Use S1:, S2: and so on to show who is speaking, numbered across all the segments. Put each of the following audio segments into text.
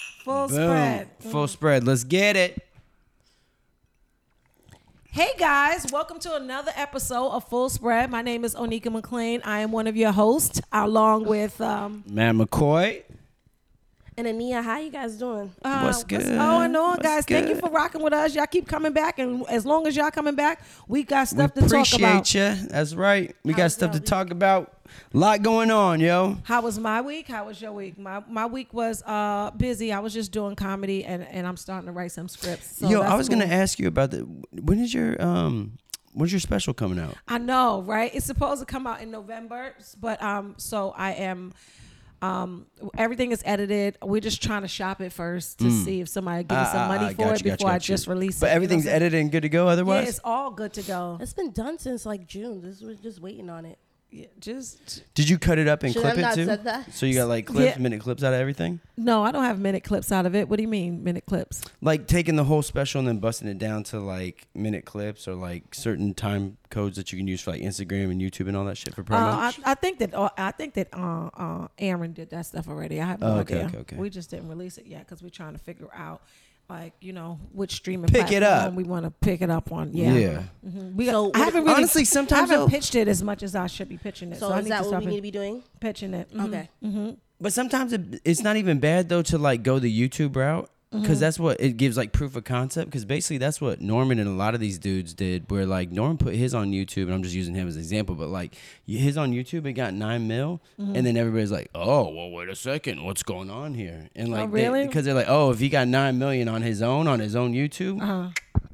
S1: Full
S2: Boom.
S1: spread.
S2: Full spread. Let's get it.
S1: Hey guys, welcome to another episode of Full Spread. My name is Onika McLean. I am one of your hosts, along with um
S2: Man McCoy.
S3: And Ania, how you guys doing?
S1: uh,
S2: What's good?
S1: going on,
S2: What's
S1: guys? Thank you
S2: good?
S1: for rocking with us. Y'all keep coming back, and as long as y'all coming back, we got stuff
S2: we
S1: to talk about.
S2: appreciate you. That's right. We got stuff to talk about. lot going on, yo.
S1: How was my week? How was your week? My my week was uh busy. I was just doing comedy, and and I'm starting to write some scripts. So
S2: yo, I
S1: that's
S2: was
S1: cool.
S2: gonna ask you about the. When is your um? When's your special coming out?
S1: I know, right? It's supposed to come out in November, but um, so I am. Um, everything is edited. We're just trying to shop it first to
S2: Hmm.
S1: see if somebody give me
S2: Ah,
S1: some
S2: ah,
S1: money
S2: ah,
S1: for
S2: got
S1: it
S2: you, got you,
S1: before I
S2: got you.
S1: just release
S2: But
S1: it. you know
S2: everything's
S1: what I'm
S2: edited and good to go.
S1: saying?
S2: Otherwise,
S1: Yeah, it's all good to go.
S3: It's been done since like June. This was just waiting on it.
S1: Yeah, just
S2: Did you cut it up and
S3: Should I
S2: clip it
S3: not
S2: too?
S3: said that?
S2: So you got like clips,
S1: Yeah.
S2: minute clips out of everything?
S1: no, I don't have minute clips out of it. What do you mean minute clips?
S2: Like taking the whole special and then busting it down to like minute clips or like certain time codes that you can use for like Instagram and YouTube and all that shit for
S1: Uh,
S2: promo?
S1: I, I think that uh, I think that uh, uh, Aaron did that stuff already. I have no
S2: Oh, okay,
S1: idea.
S2: okay, okay.
S1: We just didn't release it yet because we're trying to figure out, like you know, which streaming
S2: Pick it
S1: platform
S2: up.
S1: we want to pick it up on. Yeah,
S2: yeah.
S1: Mm-hmm. We
S3: So
S1: I haven't really,
S2: honestly, sometimes
S1: I haven't
S2: I'll-
S1: pitched it as much as I should be pitching it. So,
S3: So,
S1: I
S3: is
S1: need
S3: that
S1: to
S3: what
S1: stop
S3: we need to
S1: it-
S3: be doing?
S1: pitching it. Mhm.
S3: Okay.
S2: But sometimes it, it's not even bad though to like go the YouTube route
S1: Mm-hmm.
S2: because that's what it gives like proof of concept. Because basically that's what Norman and a lot of these dudes did. Where like Norman put his on YouTube, and I'm just using him as an example. But like his on YouTube, it got nine mil,
S1: Mm-hmm.
S2: and then everybody's like, "Oh, well, wait a second, what's going on here?" And like,
S1: Oh, really?
S2: Because they, are like, "Oh, if he got nine million on his own on his own YouTube,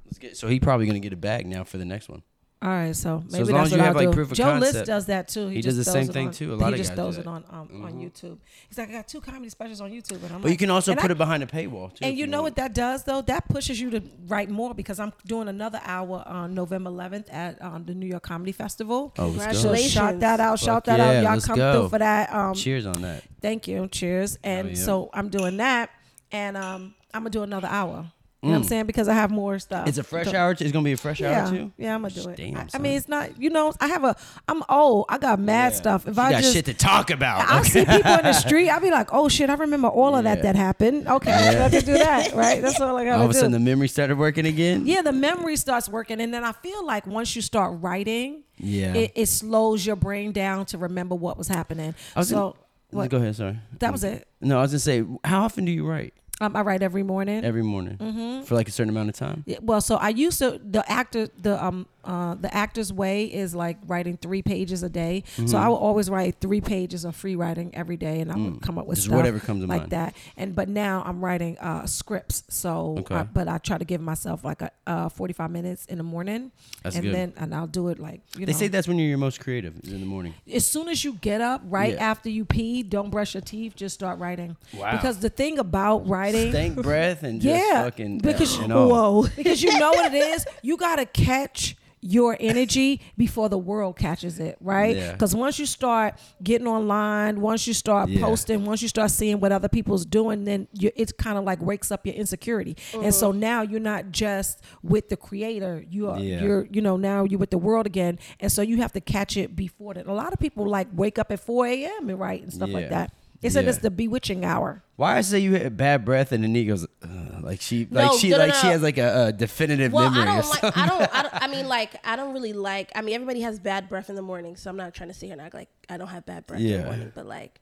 S2: let's get." So he probably gonna get it back now for the next one.
S1: All right, so maybe
S2: as long
S1: that's
S2: as
S1: what
S2: you have,
S1: I'll
S2: like,
S1: do.
S2: proof of
S1: Joe List
S2: concept.
S1: does that too. He,
S2: He
S1: just
S2: does the
S1: throws
S2: same
S1: it
S2: thing,
S1: on-
S2: too. A lot
S1: he
S2: of
S1: just
S2: guys
S1: throws
S2: do
S1: it
S2: that.
S1: on um,
S3: Mm-hmm.
S1: on YouTube. He's like, I got two comedy specials on YouTube, and I'm
S2: But you
S1: like-
S2: can also
S1: and
S2: put
S1: I-
S2: it behind a paywall too.
S1: And
S2: if
S1: you know
S2: want.
S1: what that does though? That pushes you to write more because I'm doing another hour on November 11th at um, the New York Comedy Festival.
S2: Oh, let's
S1: So
S2: go.
S1: shout
S3: Congratulations.
S1: that out,
S2: Fuck
S1: shout that
S2: yeah,
S1: out. Y'all
S2: let's
S1: come
S2: go.
S1: through for that. Um,
S2: Cheers on that.
S1: Thank you. Cheers. And
S2: yeah.
S1: so I'm doing that, and um, I'm gonna do another hour. You know what I'm saying? Because I have more stuff.
S2: Mm. It's a fresh
S1: So-
S2: hour. Too. It's gonna be a fresh
S1: Yeah,
S2: hour too.
S1: yeah, I'm gonna do it.
S2: Damn,
S1: I, I
S2: son.
S1: mean, it's not. You know, I have a. I'm old. I got mad stuff. If
S2: You
S1: I
S2: got
S1: just,
S2: shit to talk about.
S1: I'll see people in the street. I'll be like, oh shit, I remember all of that
S2: Yeah.
S1: that happened. Okay, I have to do that, right? That's all I gotta
S2: All of a
S1: do.
S2: sudden, the memory started working again.
S1: yeah, the memory starts working, and then I feel like once you start writing,
S2: Yeah.
S1: it, it slows your brain down to remember what was happening.
S2: I was
S1: so,
S2: gonna-
S1: what-
S2: Go ahead. Sorry.
S1: That was it.
S2: No, I was gonna say, how often do you write
S1: Um, I write every morning.
S2: every morning
S1: Mm-hmm.
S2: for like a certain amount of time?
S1: Yeah, well so i used to the actor the um uh the actor's way is like writing three pages a day
S2: Mm-hmm.
S1: so i would always write three pages of free writing every day and i would come up with
S2: Mm. Just
S1: stuff
S2: whatever comes to
S1: like
S2: mind.
S1: that and but now i'm writing uh scripts so
S2: Okay.
S1: I, but i try to give myself like a uh 45 minutes in the morning
S2: That's
S1: and
S2: good.
S1: then and i'll do it like you
S2: They
S1: know
S2: say that's when you're your most creative is in the morning.
S1: as soon as you get up right
S2: Yeah.
S1: after you pee don't brush your teeth just start writing
S2: Wow.
S1: because the thing about writing
S2: Stank breath and just
S1: yeah,
S2: fucking uh,
S1: because
S2: and all.
S1: because you know what it is. You gotta catch your energy before the world catches it, right?
S2: Yeah.
S1: Because once you start getting online, once you start
S2: Yeah.
S1: posting, once you start seeing what other people's doing, then you, it's kind of like wakes up your insecurity, and so now you're not just with the creator. You are
S2: Yeah.
S1: you're you know now you're with the world again, and so you have to catch it before that. A lot of people like wake up at 4 a.m. and write and stuff like
S2: Yeah.
S1: that. They said
S2: Yeah.
S1: it's the bewitching hour.
S2: Why I say you had bad breath and then he goes, "Ugh," like she, like
S3: No,
S2: she,
S3: no, no,
S2: like she
S3: no.
S2: has like a, a definitive
S3: Well,
S2: memory.
S3: I
S2: or
S3: don't like.
S2: something.
S3: I don't, I don't. I mean, like, I don't really like. I mean, everybody has bad breath in the morning, so I'm not trying to sit here and act like I don't have bad breath in
S2: Yeah.
S3: the morning. But like,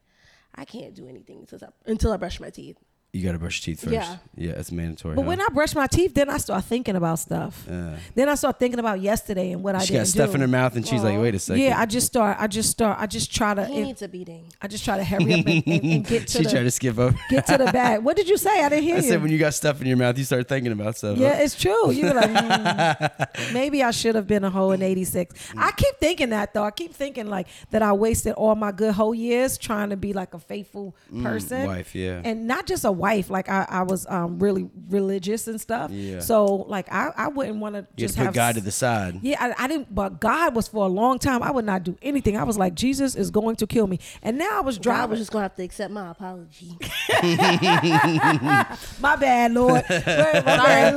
S3: I can't do anything until I, until I brush my teeth.
S2: You gotta brush your teeth first.
S3: Yeah.
S2: yeah, it's mandatory.
S1: But
S2: huh?
S1: when I brush my teeth, then I start thinking about stuff. Then I start thinking about yesterday and what I
S2: she
S1: didn't
S2: got stuff
S1: do.
S2: in her mouth and she's like, "Wait a second.
S1: Yeah, I just start. I just start. I just try to.
S3: He
S1: It,
S3: needs a beating.
S1: I just try to hurry up and, and, and get to
S2: she
S1: the
S2: tried to skip over.
S1: get to the bag. What did you say? I didn't hear
S2: I
S1: you.
S2: said, when you got stuff in your mouth, you start thinking about stuff. huh?
S1: yeah, it's true. You were like, "Hmm, maybe I should have been a hoe in '86.
S2: Mm.
S1: I keep thinking that though. I keep thinking like that. I wasted all my good hoe years trying to be like a faithful person,
S2: Mm, wife, yeah.
S1: and not just a wife. Like I, I was um, really religious and stuff.
S2: Yeah.
S1: So like I, I wouldn't want to
S2: You had
S1: just
S2: to put
S1: have
S2: God
S1: s-
S2: to the side.
S1: Yeah, I, I didn't. But God was for a long time. I would not do anything. I was like, Jesus is going to kill me. And now I was
S3: I
S1: driving.
S3: was just gonna have to accept my apology.
S1: my bad, Lord. my bad,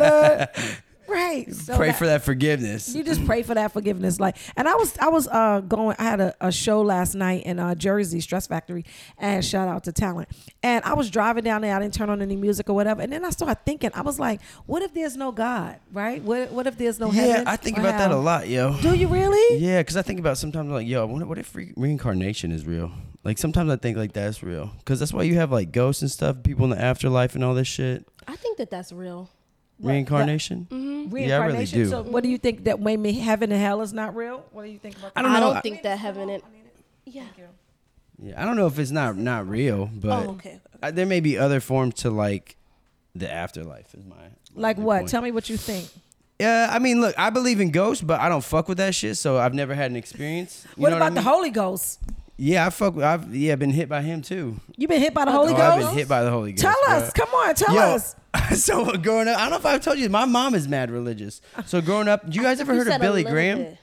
S1: Lord. Right. So
S2: Pray
S1: that-
S2: for that forgiveness.
S1: You just pray for that forgiveness. Like, and I was, I was uh going. I had a, a show last night in uh, Jersey, Stress Factory, and shout out to talent. And I was driving down there. I didn't turn on any music or whatever. And then I started thinking. I was like, what if there's no God? Right? What What if there's no
S2: Yeah,
S1: heaven?
S2: I think
S1: or
S2: about that a
S1: hell?
S2: lot, yo.
S1: Do you really?
S2: Yeah, because I think about sometimes like, yo, I wonder what if re- reincarnation is real. Like sometimes I think like that's real, because that's why you have like ghosts and stuff, people in the afterlife and all this shit.
S3: I think that that's real.
S2: Reincarnation. Yeah, I really
S1: Mm-hmm. Reincarnation.
S2: do.
S1: So, what do you think that maybe heaven and hell is not real? What do you think about that?
S2: I don't know.
S3: think that heaven and yeah.
S2: Yeah, I don't know if it's not not real, but
S3: Oh, okay.
S2: I, there may be other forms to like the afterlife. Is my
S1: Like
S2: my
S1: what?
S2: point.
S1: Tell me what you think.
S2: Yeah, I mean, look, I believe in ghosts, but I don't fuck with that shit, so I've never had an experience. You
S1: what
S2: know
S1: about
S2: I
S1: the
S2: mean?
S1: Holy Ghost?
S2: Yeah, I fuck. With, I've yeah been hit by him too.
S1: You been hit by the Holy
S2: Oh,
S1: Ghost?
S2: I've been hit by the Holy Ghost.
S1: Tell
S2: bro.
S1: us. Come on, tell
S2: Yo,
S1: us.
S2: so uh, growing up, I don't know if I've told you, my mom is mad religious. So growing up, you guys ever
S3: You
S2: heard of
S3: said a
S2: Billy
S3: little
S2: Graham?
S3: bit.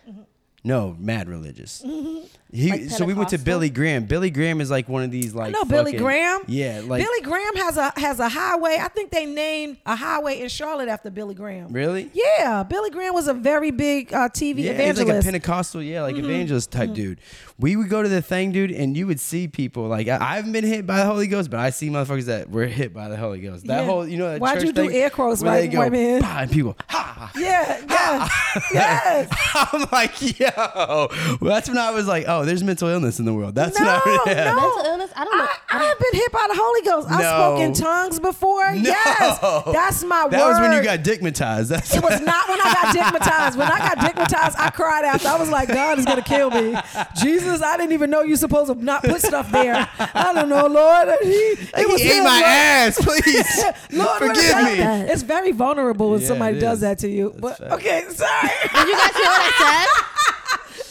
S2: No, mad religious.
S1: Mm-hmm.
S2: He,
S3: Like
S2: so we went to
S3: Pentecostal?
S2: Billy Graham. Billy Graham is like one of these like.
S1: No, Billy
S2: fucking-
S1: Graham.
S2: Yeah, like
S1: Billy Graham has a has a highway. I think they named a highway in Charlotte after Billy Graham.
S2: really.
S1: Yeah, Billy Graham was a very big uh, TV
S2: Yeah, he's
S1: evangelist. Mm-hmm.
S2: like a Pentecostal, yeah, like evangelist type dude. We would go to the thing, dude, and you would see people like I, I haven't been hit by the Holy Ghost, but I see motherfuckers that were hit by the Holy Ghost. That
S1: Yeah.
S2: whole, you know, that
S1: Why'd
S2: church
S1: you do
S2: thing
S1: air quotes
S2: where
S1: right-
S2: they go,
S1: right, man?
S2: "Bah," and people, ha.
S1: yeah, yeah,
S2: Ah,
S1: yes.
S2: I'm like, yo. Well, that's when I was like, oh, there's mental illness in the world. That's
S1: No,
S2: not.
S1: no.
S3: Mental illness? Oh. I don't know.
S1: I, I have been hit by the Holy Ghost. I
S2: No.
S1: spoke in tongues before. Yes, that's my
S2: That was when you
S1: word.
S2: got digmatized. That's
S1: It was not when I got digmatized. When I got digmatized, I cried after. I was like, God is gonna kill me. Jesus, I didn't even know you're supposed to not put stuff there. I don't know, Lord. He, it
S2: he
S1: was
S2: ate
S1: him,
S2: my
S1: Lord.
S2: ass. Please
S1: Lord, what is
S2: forgive me.
S1: that? It's very vulnerable when
S2: Yeah,
S1: somebody
S2: it
S1: does
S2: is.
S1: that to you. but
S2: fact.
S1: okay, sorry.
S3: Did you guys hear what I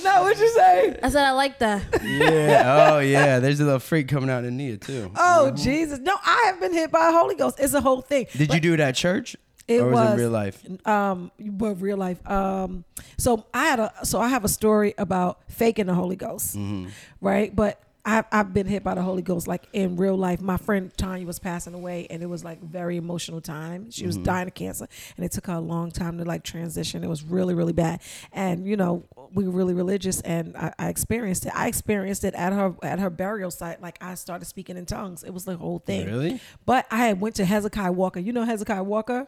S1: no, what you say?
S3: said? I said I like that.
S2: Yeah. Oh yeah. There's a little freak coming out in Nia too.
S1: Oh Jesus! No, I have been hit by a Holy Ghost. It's a whole thing.
S2: Did you do it at church?
S1: It
S2: or was,
S1: was.
S2: it in real life?
S1: um but real life um so i had a so i have a story about faking the holy ghost right but I've, I've been hit by the holy ghost like in real life my friend tanya was passing away and it was like very emotional time she was dying of cancer and it took her a long time to like transition it was really really bad and you know we were really religious and i, I experienced it i experienced it at her at her burial site like i started speaking in tongues it was the whole thing
S2: Really?
S1: but i had went to hezekiah walker you know hezekiah walker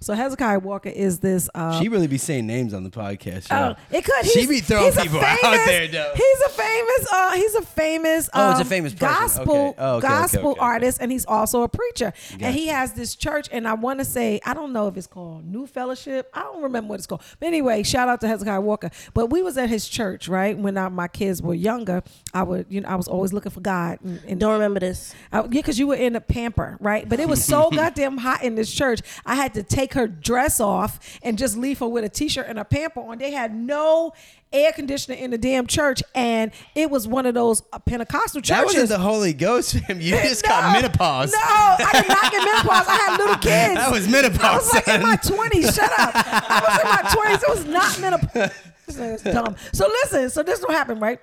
S1: so hezekiah walker is this uh,
S2: She really be saying names on the podcast.
S1: Oh,
S2: yo.
S1: it could.
S2: She
S1: He's-
S2: be throwing
S1: he's a
S2: people out
S1: famous-
S2: there, though.
S1: He's a famous. Uh, he's a famous.
S2: Oh, it's a
S1: um,
S2: famous person.
S1: gospel
S2: Okay. Oh, okay, okay,
S1: gospel
S2: okay, okay.
S1: artist, and he's also a preacher. And he
S2: Gotcha.
S1: has this church, and I want to say I don't know if it's called New Fellowship. I don't remember what it's called. But anyway, shout out to Hezekiah Walker. But we was at his church, right? When I, my kids were younger, I would you know I was always looking for God and, and
S3: Don't remember this.
S1: I, yeah, because you were in a pamper, right? But it was so goddamn hot in this church. I had to take her dress off and just leave her with a t-shirt and a pamper on. They had no air conditioner in the damn church, and it was one of those uh, Pentecostal churches.
S2: that wasn't the Holy Ghost, fam. You just got
S1: No,
S2: menopause.
S1: No, I did not get menopause. I had little kids.
S2: That was menopause,
S1: I was like in
S2: son.
S1: my twenties. Shut up. I was in my twenties. It was not menopause. This nigga's dumb. So listen. So this will happen, right?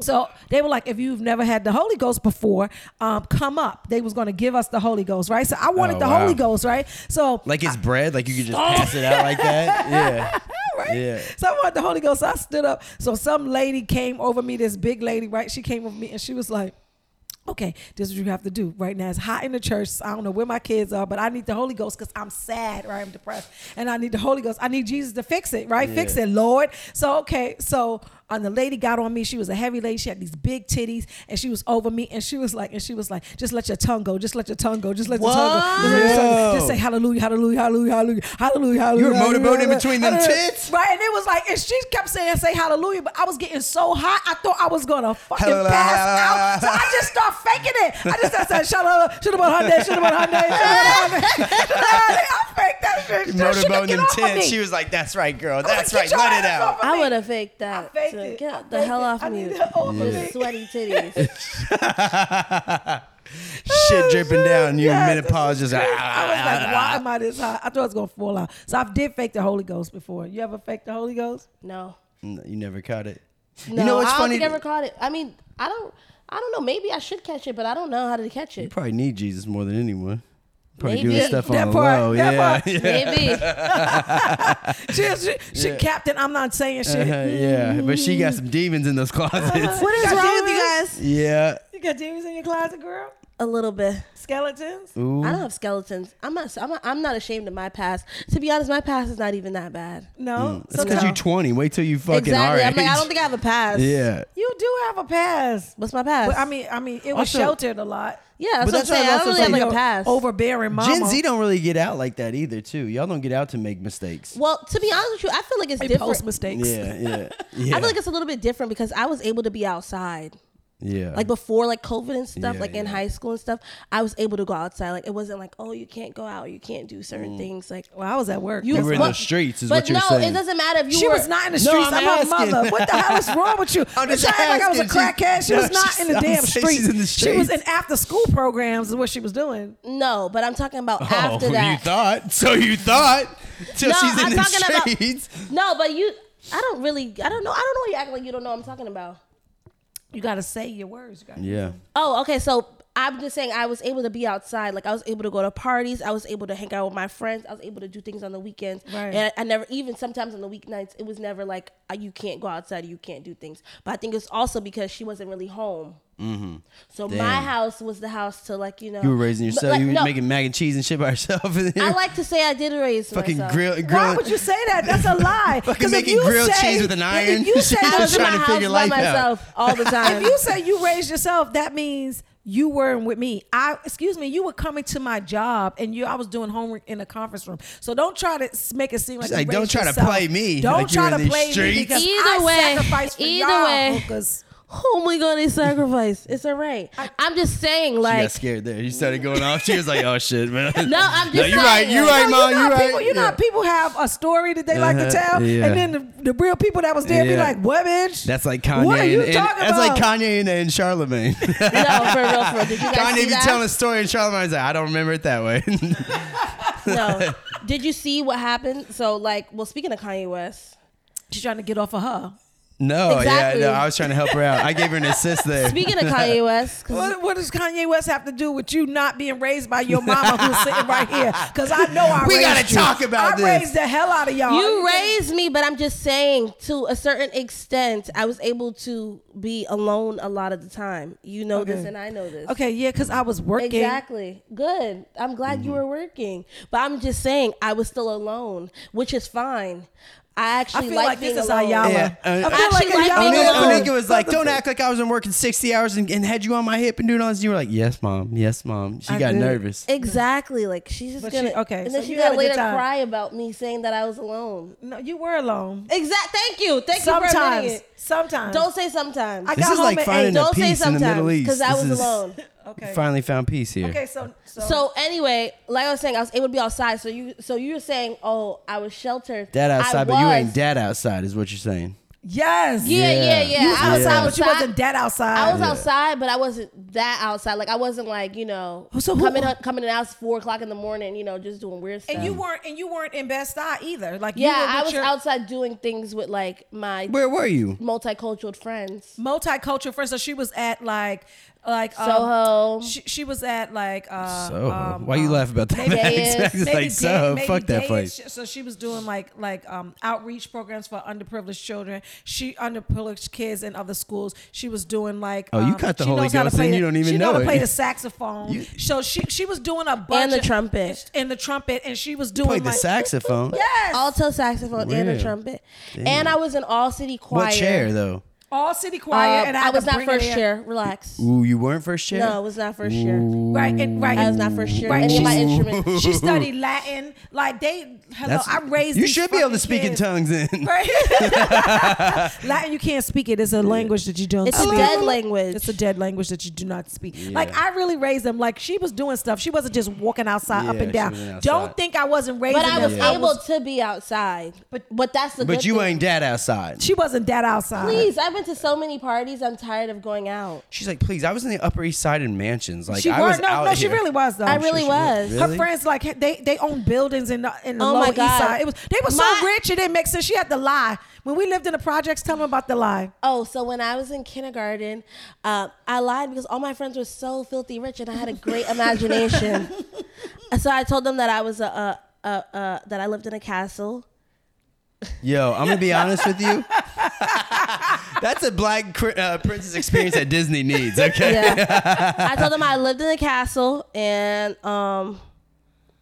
S1: So they were like, if you've never had the Holy Ghost before, um, come up. They was going to give us the Holy Ghost, right? So I wanted
S2: Oh,
S1: the
S2: wow.
S1: Holy Ghost, right? So
S2: Like it's bread, like you could just pass it out like that. Yeah.
S1: right?
S2: Yeah.
S1: So I wanted the Holy Ghost. So I stood up. So some lady came over me, this big lady, right? She came over me and she was like, Okay, this is what you have to do right now. It's hot in the church. I don't know where my kids are, but I need the Holy Ghost because I'm sad or I'm depressed. And I need the Holy Ghost. I need Jesus to fix it, right? Fix
S2: Yeah.
S1: it, Lord. So, okay, so and the lady got on me. She was a heavy lady. She had these big titties and she was over me and she was like, and she was like, just let your tongue go. Just let your tongue go. Just let your tongue go. Just, let your tongue go.
S2: Yo.
S1: just say hallelujah, hallelujah, hallelujah, hallelujah, hallelujah, hallelujah.
S2: You were
S1: hallelujah,
S2: motorboating
S1: hallelujah,
S2: between them
S1: hallelujah.
S2: tits?
S1: Right, and it was like, and she kept saying, "Say hallelujah," but I was getting so hot, I thought I was gonna fucking
S2: Hallelujah.
S1: pass out. So I just start faking it. I just started saying, "Shalala, shoulda been Hyundai, shoulda been Hyundai, shoulda been Hyundai." I faked that shit. She could get
S2: Motorboat them
S1: off of
S2: tits.
S1: me.
S2: She was like, that's right, girl.
S1: like,
S2: That's
S1: "Get
S2: right.
S1: your
S2: Let
S1: hands
S2: it out.
S1: off of
S3: I
S1: me."
S3: would have faked that.
S1: I faked it.
S3: So
S1: I
S3: Get the
S1: faked
S3: hell
S1: it.
S3: off
S1: I
S3: me.
S1: need it off of
S3: With
S1: me.
S3: sweaty titties.
S2: Shit dripping down. Your
S1: Yes.
S2: menopause ah, just.
S1: I was like, why am I this hot? I thought I was gonna fall out. So I did fake the Holy Ghost before. You ever fake the Holy Ghost?
S3: No.
S2: No, You never caught it.
S3: No,
S2: you know what's
S3: I don't
S2: funny?
S3: think I ever caught it. I mean, I don't. I don't know. Maybe I should catch it, but I don't know how to catch
S2: you
S3: it.
S2: probably need Jesus more than anyone. Probably
S3: Maybe.
S2: doing stuff on
S1: That
S2: the
S1: part,
S2: low.
S1: that
S2: yeah.
S1: part.
S3: Maybe.
S1: she, she, she
S2: Yeah.
S1: captain. I'm not saying shit.
S2: Uh-huh, yeah. But she got some demons in those closets.
S1: What is
S3: What's
S1: wrong
S3: wrong
S1: with you guys?
S3: with you guys?
S2: yeah.
S1: You got demons in your closet, girl?
S3: A little bit.
S1: Skeletons?
S2: Ooh.
S3: I don't have skeletons. I'm not. I'm not, I'm not ashamed of my past. To be honest, my past is not even that bad.
S1: No.
S2: That's because
S1: no.
S2: you're 20. Wait till you fucking
S3: exactly.
S2: are.
S3: I'm like, I don't think I have a past.
S2: Yeah.
S1: You do have a past.
S3: What's my past?
S1: But I mean, I mean, it was
S2: Also-
S1: sheltered a lot.
S3: yeah, that's,
S2: but that's
S3: what
S2: why
S3: I'm
S2: I'm
S3: saying. I
S2: also
S3: don't really have
S2: saying
S3: like a
S1: Your
S3: past.
S1: Overbearing mama.
S2: Gen Z don't really get out like that either, too. Y'all don't get out to make mistakes.
S3: Well, to be honest with you, I feel like it's
S1: They
S3: different.
S1: post mistakes.
S2: Yeah, yeah, yeah.
S3: I feel like it's a little bit different because I was able to be outside.
S2: yeah.
S3: Like before, like COVID and stuff,
S2: Yeah,
S3: like in
S2: yeah.
S3: high school and stuff, I was able to go outside. Like it wasn't like, oh, you can't go out, you can't do certain things. Like
S1: Well, I was at work.
S3: you,
S1: That's
S2: Mm. were in
S1: why.
S2: the streets is
S3: but
S2: what you're
S3: no,
S2: saying.
S3: it doesn't matter if you
S1: she
S3: were.
S1: was not in the
S2: No,
S1: streets.
S2: I'm
S1: I'm, her
S2: asking.
S1: mother. What the hell is wrong with you?
S2: I'm
S1: It's
S2: just
S1: not like I was a
S2: asking.
S1: crackhead. She
S2: No,
S1: was not
S2: she's-
S1: in the
S2: I'm
S1: damn
S2: saying
S1: streets.
S2: she's in the
S1: She was
S2: streets.
S1: in after school programs is what she was doing.
S3: No, but I'm talking about
S2: oh,
S3: after that.
S2: you thought? So you thought? Till
S3: No,
S2: she's in
S3: I'm
S2: the
S3: talking about-
S2: streets.
S3: No, but you. I don't really. I don't know. I don't know. why You act like you don't know. What I'm talking about.
S1: You gotta say your words. You gotta
S2: yeah.
S3: Oh, okay. So I'm just saying I was able to be outside. Like I was able to go to parties. I was able to hang out with my friends. I was able to do things on the weekends.
S1: Right.
S3: And I, I never even sometimes on the weeknights it was never like uh, you can't go outside. You can't do things. But I think it's also because she wasn't really home. Mm-hmm. So my
S2: Damn.
S3: house was the house to like you know
S2: You were raising
S3: But,
S2: yourself.
S3: like,
S2: you were
S3: no,
S2: making mac and cheese and shit by yourself. And
S3: I like to say I did raise
S2: fucking
S3: myself.
S2: grill,
S1: Why
S2: grilling.
S1: would you say that? That's a lie.
S2: Fucking
S1: 'Cause if
S2: making
S1: you
S2: grilled
S1: say-
S2: cheese with an iron.
S1: If you say,
S3: I
S2: Just
S3: was in my
S2: trying to
S3: house
S2: figure
S3: by
S2: life out.
S3: myself all the time.
S1: if
S2: Uh,
S1: you say you raised yourself, that means you weren't with me. I excuse me, you were coming to my job and you I was doing homework in the conference room. So don't try to s- make it seem like,
S2: She's
S1: you
S2: like, don't
S1: raised
S2: try to
S1: yourself.
S2: play me
S1: Don't
S2: like you
S1: try
S2: in
S1: to
S2: these
S1: play
S2: streets.
S1: me because
S3: Either
S1: I
S3: way,
S1: sacrificed for
S3: either
S1: y'all
S3: way.
S1: hookers.
S3: Who am we gonna sacrifice? Oh It's all right. I'm just saying,
S2: She
S3: like,
S2: got scared there. You started going off. She was like, "Oh shit, man."
S3: No, I'm just
S2: No, you
S3: saying.
S2: right. You
S3: No,
S2: right,
S1: you
S2: mom.
S1: know
S2: You
S1: how
S2: right.
S1: people, you know how
S2: Yeah.
S1: people have a story that they like to
S2: Uh-huh.
S1: tell,
S2: Yeah.
S1: and then the, the real people that was there be
S2: Yeah.
S1: like, "What, bitch?
S2: That's like Kanye.
S1: What are you
S2: and, and-
S1: talking
S2: That's
S1: about?
S2: like Kanye and, and Charlemagne.
S3: no, for real, for real. Did you guys see
S2: Kanye be
S3: that?
S2: telling a story and Charlemagne's like, I don't remember it that way.
S3: no. Did you see what happened? So, like, well, speaking of Kanye West,
S1: She's trying to get off of her.
S2: no,
S3: Exactly.
S2: yeah, no, I was trying to help her out. I gave her an assist there.
S3: speaking of Kanye West, 'cause
S1: What, what does Kanye West have to do with you not being raised by your mama who's sitting right here? Because I know I
S2: We
S1: raised
S2: gotta
S1: you.
S2: talk about
S1: I
S2: this.
S1: raised the hell out of y'all.
S3: you raised me, but I'm just saying, to a certain extent, I was able to be alone a lot of the time. You know this,
S1: Okay.
S3: and I know this.
S1: Okay, yeah, because I was working.
S3: Exactly. Good. I'm glad you were working, but I'm just saying I was still alone, which is fine. I
S1: I
S3: actually
S1: feel
S3: like,
S1: like, this
S3: being
S1: is
S3: alone.
S1: Ayala.
S2: Yeah, uh,
S1: I feel
S3: Actually,
S1: like
S3: like
S1: Ayala.
S3: being alone.
S2: Onika was like, "Don't act like I wasn't working sixty hours and, and had you on my hip and doing all this." You were like, "Yes, mom. Yes, mom." She
S1: I
S2: got
S1: did.
S2: nervous.
S3: Exactly. Like she's just
S1: But
S3: gonna
S1: she- okay,
S3: and then
S1: so
S3: she
S1: you had a
S3: got
S1: good
S3: later
S1: time.
S3: cry about me saying that I was alone.
S1: No, you were alone.
S3: Exact. Thank you. Thank you for admitting
S1: Sometimes,
S3: it.
S1: sometimes.
S3: Don't say sometimes.
S1: I
S2: This
S1: got
S2: is
S1: home
S2: like
S1: at
S2: finding
S1: eight.
S2: a
S3: Don't say
S2: peace in the Middle
S3: sometimes
S2: East
S3: because I
S2: This
S3: was
S2: is-
S3: alone.
S1: okay.
S2: Finally found peace here.
S1: Okay, so so,
S3: So anyway, like I was saying, I was able to be outside. So you, so you were saying, oh, I was sheltered.
S2: Dad
S3: I
S2: outside, but you ain't
S3: was.
S2: dad outside, is what you're saying.
S1: yes,
S3: Yeah, yeah,
S2: Yeah.
S3: yeah.
S1: You was
S3: I was
S1: outside,
S3: outside,
S1: but you wasn't dead outside.
S3: I was outside, but I wasn't that outside. Like I wasn't like you know
S1: Oh, So who-
S3: coming up, coming in the house four o'clock in the morning. You know, just doing weird stuff.
S1: and you weren't, and you weren't in Best Eye either. Like, you
S3: yeah,
S1: were
S3: I
S1: with
S3: was
S1: your-
S3: outside doing things with like my
S2: Where were you?
S3: multicultural friends.
S1: multicultural friend. So she was at like like um,
S3: Soho.
S1: She, she was at like uh,
S2: So
S1: um,
S2: why you
S1: um,
S2: laugh about that?
S3: maybe it is.
S2: It's
S1: maybe
S2: like so.
S1: day- maybe
S2: Fuck
S1: day
S2: that place.
S1: is- So she was doing like like um, outreach programs for underprivileged children. She underprivileged kids in other schools. She was doing like
S2: Oh, you
S1: um,
S2: caught the
S1: she
S2: Holy
S1: knows how to
S2: Ghost
S1: play
S2: and
S1: the-
S2: you don't even
S1: she
S2: know
S1: how to
S2: it.
S1: play the saxophone. so she she was doing a bunch
S3: the
S1: of-
S3: trumpet.
S1: and the trumpet, and she was doing
S2: Played the
S1: like
S2: saxophone.
S1: Yes, all,
S3: Alto saxophone and a
S2: Wow.
S3: trumpet, and I was in all city choir.
S2: What chair though?
S1: city
S3: Uh,
S1: choir, and I,
S3: I
S1: had to
S3: was not
S1: bring her
S3: first
S1: in.
S3: chair. Relax.
S2: Ooh, you weren't first chair.
S3: No, it was not first chair.
S1: Right, and right,
S3: I was not first chair.
S1: Right,
S3: I did
S1: and
S3: my
S1: she's-
S3: instrument.
S1: She studied Latin. Like they, hello,
S2: That's-
S1: I raised.
S2: You
S1: these
S2: should be able
S1: fucking
S2: to speak in
S1: kids.
S2: tongues. In
S1: Right? Latin, you can't speak it. It's a language that you don't.
S3: It's a
S1: speak.
S3: dead language.
S1: It's a dead language that you do not speak. Like I really raised them. Like she was doing stuff. She wasn't just walking outside up
S2: Yeah,
S1: and
S2: she
S1: down.
S2: wasn't
S1: Don't
S2: outside.
S1: think I wasn't raising
S3: but I was
S1: them.
S2: Yeah.
S3: able to be outside. But but that's the.
S2: but
S3: good
S2: you
S3: thing.
S2: ain't dad outside.
S1: She wasn't that outside.
S3: Please, I've been to so many parties. I'm tired of going out.
S2: She's like, please. I was in the Upper East Side in mansions. Like
S1: She
S2: I
S1: was
S2: was
S1: no,
S2: out
S1: no.
S2: here.
S1: She really was though.
S3: I really was.
S1: Her
S2: Really?
S1: friends like they they own buildings in the in the
S3: Oh,
S1: lower
S3: my
S1: east
S3: God.
S1: side. It was they were so
S3: My-
S1: rich it didn't make sense. She had to lie. When we lived in the projects, tell them about the lie.
S3: Oh, so when I was in kindergarten, uh, I lied because all my friends were so filthy rich, and I had a great imagination. so I told them that I was a, a, a, a that I lived in a castle.
S2: Yo, I'm gonna be honest with you. That's a black cri- uh, princess experience that Disney needs. Okay.
S3: Yeah. I told them I lived in a castle and um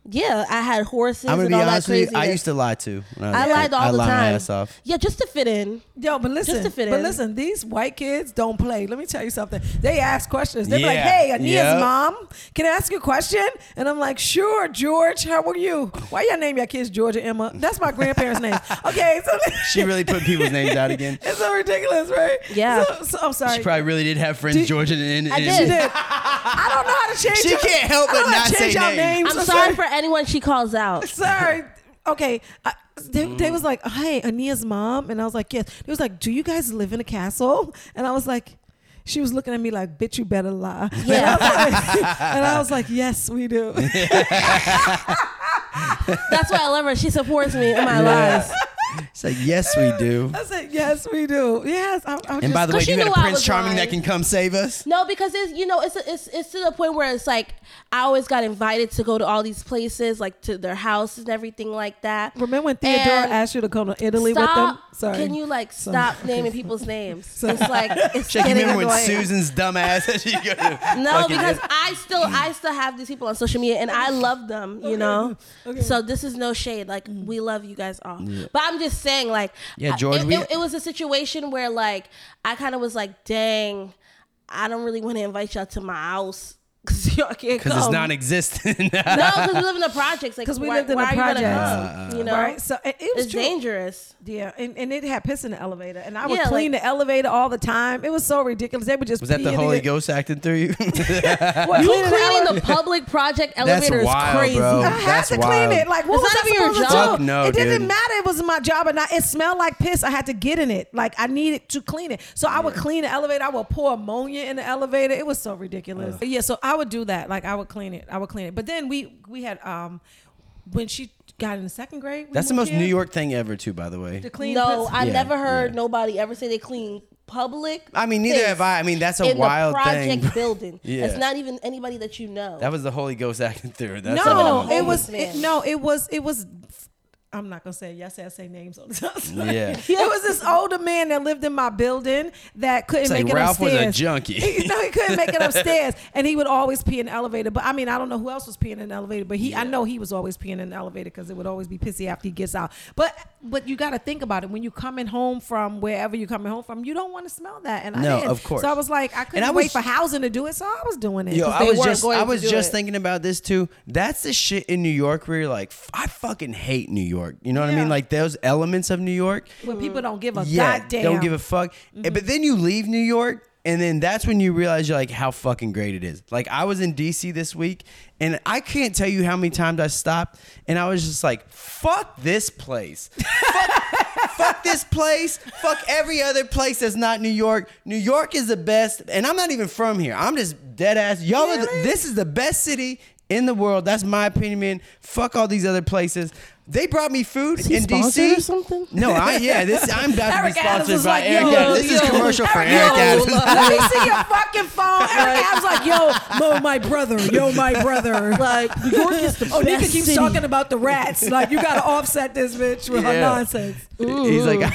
S3: yeah, I had horses
S2: I'm gonna
S3: and
S2: be
S3: all that
S2: honest with
S3: crazy.
S2: you. I used to lie too. when was
S3: I
S2: a
S3: lied
S2: kid.
S3: all
S2: I
S3: the
S2: lied
S3: time.
S2: my ass off.
S3: Yeah, just to fit in.
S1: Yo, but listen,
S3: to fit
S1: but
S3: in.
S1: listen, these white kids don't play. Let me tell you something. They ask questions. They're like,
S2: Yeah.
S1: "Hey, Ania's
S2: Yep.
S1: mom, can I ask you a question?" And I'm like, "Sure, George. How are you? Why y'all name your kids George and Emma? That's my grandparents' name." Okay, so
S2: She really put people's names out again.
S1: It's so ridiculous, right?
S3: Yeah.
S1: So, so- I'm sorry.
S2: She probably really did have friends,
S1: Did-
S2: Georgia and, and
S3: I
S1: She
S3: did.
S1: did. I don't know how to change.
S2: She
S1: your-
S2: can't help
S1: I don't
S2: but
S1: know how to
S2: not
S1: change
S2: say
S1: y'all
S2: names.
S1: names.
S3: I'm sorry for anyone she calls out.
S1: sorry. Okay. I, they,
S2: Mm.
S1: they was like, hey, Ania's mom. And I was like, yes. They was like, do you guys live in a castle? And I was like, she was looking at me like, bitch, you better lie. And
S3: Yeah.
S1: I was like, and I was like, yes, we do.
S3: That's why I love her. She supports me in my lies.
S2: It's like, yes, we do.
S1: I said, yes, we do. Yes. I, I was
S2: And
S1: just,
S2: by the way,
S3: 'cause
S2: do you
S3: you
S2: got a
S3: knew I
S2: Prince
S3: was
S2: Charming that can
S3: lying.
S2: come save us?
S3: No, because it's you know it's it's it's to the point where it's like I always got invited to go to all these places, like to their houses and everything like that.
S1: remember when Theodora
S3: And
S1: asked you to come to Italy with them?
S3: stop,
S1: Sorry.
S3: Can you like
S1: Sorry.
S3: stop naming people's names? It's like it's
S2: Shake, you
S3: getting
S2: remember when
S3: annoying.
S2: Susan's dumb ass? she go to
S3: no,
S2: fucking-
S3: because I still
S2: Mm.
S3: I still have these people on social media and I love them, you know. So this is no shade. Like we love you guys all, but I'm just saying, like,
S2: Yeah,
S3: I-
S2: George,
S3: it,
S2: we-
S3: it, it was a situation where like I kind of was like, dang, I don't really want to invite y'all to my house because y'all can't come.
S2: because it's non-existent.
S3: no, because we live in the projects. Like,
S1: 'Cause we
S3: why-
S1: lived in
S3: why
S1: the
S3: are you gonna
S1: projects.
S2: Uh,
S3: come? you know,
S1: Right. So it, it was
S3: it's
S1: true.
S3: dangerous.
S1: Yeah, and, and it had piss in the elevator, and I would
S3: Yeah,
S1: clean
S3: like-
S1: the elevator all the time. It was so ridiculous. They would just
S2: Was that
S1: pee
S2: the
S1: in
S2: Holy
S1: it.
S2: Ghost acting through you?
S1: What,
S3: You
S1: clean the elevator?
S3: cleaning the public project elevator is
S2: wild,
S3: crazy.
S2: bro.
S1: I had
S2: Oh, That's
S1: to
S2: wild.
S1: clean it. Like, what
S3: It's
S1: was
S3: not
S1: I
S3: even your
S1: supposed
S3: job.
S1: to
S2: Fuck
S1: do?
S2: no,
S1: it didn't
S2: dude.
S1: matter. It was my job or not. It smelled like piss. I had to get in it. Like, I needed to clean it. So I would clean the elevator. I would pour ammonia in the elevator. It was so ridiculous. Yeah. So I would do that. Like, I would clean it. I would clean it. But then we we had um when she got in the second grade. we
S2: That's the
S1: moved
S2: most New
S1: here,
S2: York thing ever, too. By the way,
S1: to clean.
S3: No,
S1: piss.
S3: I
S2: Yeah,
S3: never heard
S2: yeah.
S3: nobody ever say they clean public.
S2: I mean, neither
S3: things
S2: have I. I mean, that's a
S3: in
S2: wild
S3: the project
S2: thing.
S3: building.
S2: Yeah.
S3: It's not even anybody that you know.
S2: That was the Holy Ghost acting through. That's all.
S1: no,
S3: Some of them
S1: it was
S3: homeless
S1: it,
S3: men.
S1: no, it was it was. I'm not gonna say yes. I say names all the time.
S2: Yeah.
S1: it was this older man that lived in my building that couldn't
S2: It's
S1: make
S2: like
S1: it
S2: Ralph was a
S1: upstairs.
S2: junkie.
S1: He, no, he couldn't make it upstairs, and he would always pee in the elevator. But I mean, I don't know who else was peeing in the elevator, but he, I know he was always peeing in the elevator because it would always be pissy after he gets out. But but you got to think about it when you coming home from wherever you coming home from, you don't want to smell that. And
S2: No,
S1: I didn't.
S2: of course.
S1: So I was like, I couldn't
S2: I
S1: wait
S2: was-
S1: for housing to do it, so I was doing it.
S2: Yo,
S1: 'cause
S2: I
S1: they
S2: was
S1: weren't
S2: just
S1: going
S2: I
S1: to
S2: was
S1: do
S2: just
S1: it.
S2: thinking about this too. That's the shit in New York where you're like, "F- I fucking hate New York. You know what I mean?
S1: Yeah.
S2: Like those elements of New York.
S1: when people don't give a
S2: yeah,
S1: goddamn.
S2: don't give a fuck.
S3: Mm-hmm.
S2: And- But then you leave New York, and then that's when you realize you're like how fucking great it is. Like I was in DC this week, and I can't tell you how many times I stopped, and I was just like, "Fuck this place, fuck, fuck this place, fuck every other place that's not New York. New York is the best." And I'm not even from here. I'm just dead ass. Y'all, are the, this is the best city. In the world, that's my opinion. Man, fuck all these other places. They brought me food
S3: he
S2: in
S3: sponsored
S2: DC
S3: or something?
S2: No, I yeah. This I'm about to be
S1: Eric Adams
S2: sponsored
S1: was
S2: by
S1: like,
S2: Eric
S1: yo,
S2: Adams. This
S1: yo,
S2: is commercial for
S1: Eric
S2: Eric
S1: Adams.
S2: Adams.
S1: Let me see your fucking phone. Eric Adams like, yo, Mo, my brother, yo, my brother. Like, New York is the Onika
S3: best
S1: keeps
S3: city.
S1: talking about the rats. Like, you gotta offset this bitch with her
S2: Yeah.
S1: nonsense.
S2: He's like,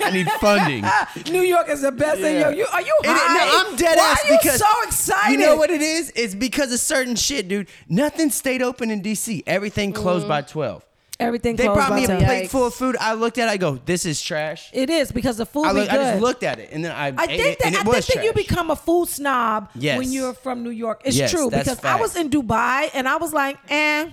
S2: I need funding.
S1: New York is the best thing.
S2: Yeah.
S1: Yo, you are you
S2: It- no,
S1: high?
S2: I'm dead
S1: Why
S2: ass
S1: are you
S2: because
S1: so excited?
S2: You know what it is? It's because of certain shit, dude. Nothing stayed open in DC. Everything
S1: Mm-hmm.
S2: closed by twelve.
S1: Everything
S2: They brought me a
S3: time.
S2: plate
S3: Yikes.
S2: full of food. I looked at. it, I go, this is trash.
S1: It is because the food
S2: I,
S1: be
S2: look,
S1: good.
S2: I just looked at it, and then I.
S1: I
S2: ate
S1: think
S2: it,
S1: that
S2: and it
S1: I
S2: was
S1: think that you
S2: trash.
S1: become a food snob
S2: Yes.
S1: when you're from New York. It's
S2: Yes,
S1: true
S2: that's
S1: because I
S2: fact.
S1: was in Dubai and I was like, eh.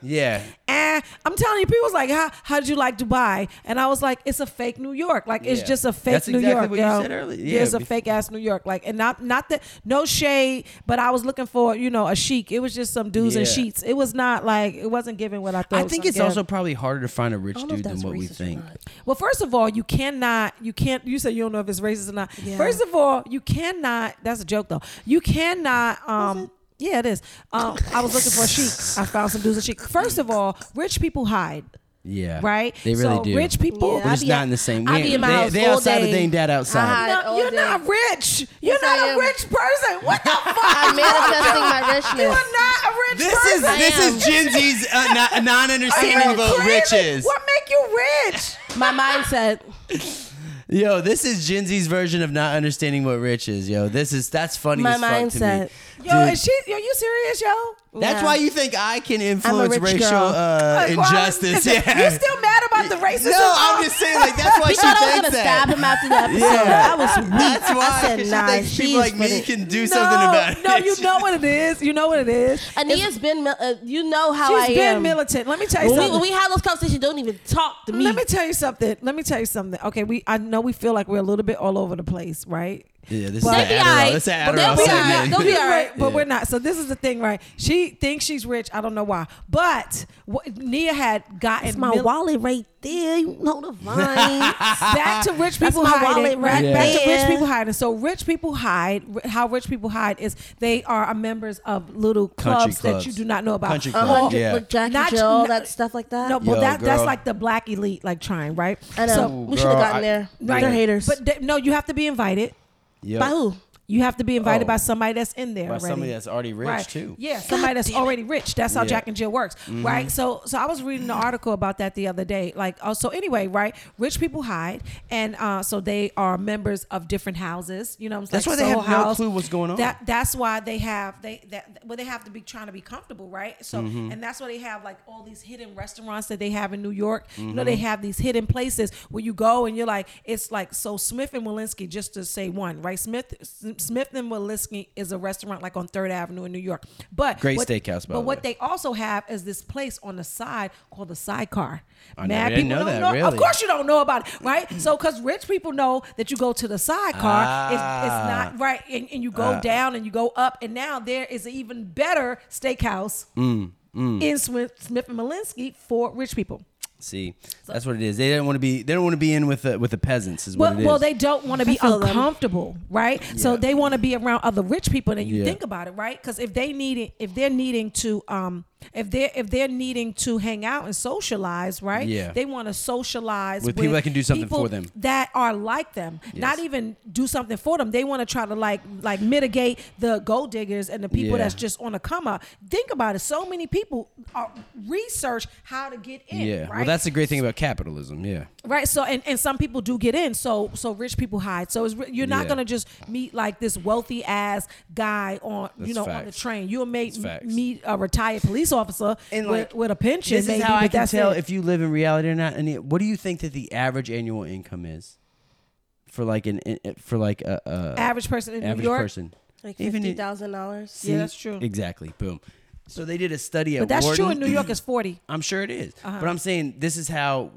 S2: Yeah.
S1: eh. I'm telling you, people was like, how how did you like Dubai? And I was like, it's a fake New York. Like it's
S2: Yeah.
S1: just a fake
S2: That's
S1: New
S2: exactly
S1: York.
S2: what you
S1: yo.
S2: said earlier.
S1: Yeah, it's
S2: Yeah,
S1: a
S2: be-
S1: fake ass New York. Like and not not that no shade, but I was looking for you know a chic. It was just some dudes and
S2: Yeah.
S1: sheets. It was not like it wasn't giving what I thought.
S2: I
S1: it was
S2: think
S1: gonna
S2: it's
S1: give.
S2: also probably harder to find a rich
S3: I don't know if
S2: dude than
S3: that's
S2: what we
S3: racist or
S2: think.
S3: not.
S1: Well, first of all, you cannot, you can't, you say you don't know if it's racist or not.
S3: Yeah.
S1: First of all, you cannot, that's a joke though. You cannot, um, yeah, it is. Um, I was looking for a chic. I found some dudes a chic. First of all, rich people hide.
S2: Yeah.
S1: Right?
S2: They really
S1: so
S2: do.
S1: Rich people.
S3: Yeah.
S2: We're
S3: I
S2: just
S3: be
S2: not
S3: at-
S2: in the same. We,
S3: I be
S2: they
S3: in my house
S2: they
S3: all
S2: outside
S3: day.
S2: of thing dad outside.
S3: Uh-huh.
S1: No,
S3: all
S1: you're
S3: day.
S1: not rich. You're
S3: Yes, I
S1: not a
S3: am.
S1: rich person. What the fuck?
S4: I'm manifesting my
S1: You're
S4: richness.
S1: not a rich
S5: This is
S1: person.
S4: I
S5: this
S4: am.
S5: is Gen Z's uh, not, non-understanding
S1: Clearly-
S5: of what rich is.
S1: What make you rich?
S3: My mindset.
S2: Yo, this is Gen Z's version of not understanding what rich is. Yo, this is that's funny
S3: My
S2: as fuck
S3: mindset.
S2: to me.
S1: Yo,
S2: Dude,
S1: is she? Yo, you serious, yo?
S5: Uh,
S2: that's
S3: Yeah.
S2: why you think I can influence
S3: rich
S2: racial
S3: girl.
S2: uh,
S1: Like, why-
S2: injustice.
S1: is it- You
S2: yeah.
S1: still mad about the racism? Oh,
S5: No, I'm just saying like that's why
S3: You
S5: she
S3: thought I was
S5: thinks
S3: gonna stab
S5: that.
S3: him after the episode.
S2: Yeah.
S3: I was weak.
S5: That's why
S3: I said,
S5: 'cause
S3: nah,
S5: she thinks people
S3: she's
S5: like me
S3: finna-
S5: can do
S1: no,
S5: something about it.
S1: No, you know what it is. You know what it is. She's
S3: Ania's been, mil- uh, you know how I
S1: been
S3: am.
S1: militant. Let me tell you
S3: When we,
S1: something.
S3: when we had those conversations, don't even talk to me.
S1: Let me tell you something. Let me tell you something. Okay, we I know we feel like we're a little bit all over the place, right?
S2: Yeah, this
S1: But-
S2: is the
S3: They be
S2: Adderall.
S3: alright.
S2: This is the
S3: But they
S2: Adderall
S3: be
S2: segment.
S3: alright. They'll be
S1: You're
S3: alright.
S1: but we're not. So this is the thing, right? She thinks she's rich. I don't know why, but what, Nia had gotten
S3: It's my
S1: mil-
S3: wallet right there. You know the vibes.
S1: back to rich people
S3: my
S1: hiding.
S3: wallet right
S1: back, back to
S3: there.
S1: rich people hiding. So rich people hide. r- How rich people hide is they are a members of little
S2: Country
S1: clubs,
S2: clubs.
S1: that you do not know about.
S2: Country
S3: A
S2: club,
S3: hundred
S2: yeah.
S3: with Jack
S1: Not-
S3: and Jill, all
S1: not-
S3: that stuff like that.
S1: No, but
S2: Yo,
S1: that, that's
S2: girl.
S1: like the black elite, like trying, right?
S3: I know.
S1: So,
S3: we should have
S2: girl,
S3: gotten
S2: I-
S3: there.
S1: right.
S3: They're haters.
S1: But they- no, you have to be invited.
S2: Yo,
S3: by who?
S1: You have to be invited
S2: Oh.
S1: by somebody that's in there.
S2: By
S1: already.
S2: somebody that's already rich
S1: right.
S2: too.
S1: Yeah, somebody that's already rich. That's how
S2: Yeah. Mm-hmm.
S1: Jack and Jill works, right? So, so I was reading an article about that the other day. Like, oh, so anyway, right? Rich people hide, and uh, so they are members of different houses. You know, what I'm
S2: That's
S1: saying?
S2: why they
S1: Soul
S2: have no
S1: house.
S2: clue what's going on.
S1: That that's why they have they that well they have to be trying to be comfortable, right? So,
S2: Mm-hmm.
S1: and that's why they have like all these hidden restaurants that they have in New York. You
S2: Mm-hmm.
S1: know, they have these hidden places where you go and you're like, it's like so Smith and Walensky, just to say one, right? Smith Smith and Walensky is a restaurant like on Third Avenue in New York, but
S2: Great
S1: what-
S2: steakhouse,
S1: But
S2: by the
S1: what
S2: way.
S1: they also have is this place on the side called the Sidecar.
S2: I never did know that,
S1: Of
S2: really.
S1: course, you don't know about it, right? So, because rich people know that you go to the Sidecar, it's, it's not right, and, and you go down and you go up, and now there is an even better steakhouse in Smith, Smith and Malinsky for rich people.
S2: See, that's what it is. They don't want to be. They don't want to be in with the with the peasants. Is
S1: Well,
S2: what it is.
S1: well, they don't want to be
S3: feel them.
S1: uncomfortable, right? So
S2: Yeah.
S1: they want to be around other rich people. And you
S2: Yeah.
S1: think about it, right? Because if they need it, if they're needing to, um, if they're if they're needing to hang out and socialize, right?
S2: Yeah.
S1: They want to socialize
S2: With people that can do something
S1: people
S2: for them.
S1: that are like them. Not even do something for them. They want to try to like like mitigate the gold diggers and the people
S2: Yeah.
S1: that's just on the come up. Think about it. So many people are, research how to get in.
S2: yeah.
S1: Right?
S2: Well, that's the great thing about capitalism. Yeah.
S1: right so and, and some people do get in so so rich people hide so it's, re- you're not
S2: Yeah.
S1: gonna just meet like this wealthy ass guy on you
S2: That's
S1: know on the
S2: facts.
S1: train you'll make
S2: That's facts.
S1: meet a retired police officer
S2: And,
S1: with,
S2: like,
S1: with a pension
S2: This
S1: maybe
S2: is how
S1: but
S2: I can
S1: that's
S2: tell
S1: it.
S2: if you live in reality or not. And it- what do you think that the average annual income is for like an in- for like a, a
S1: average person in
S2: average
S1: new york
S2: person?
S3: Like
S2: Even
S3: fifty
S2: it-
S3: thousand dollars.
S1: Yeah, that's true.
S2: Exactly. Boom. So they did a study at
S1: but that's true
S2: Wharton.
S1: in new york is 40
S2: I'm sure it is.
S1: Uh-huh.
S2: But I'm saying this is how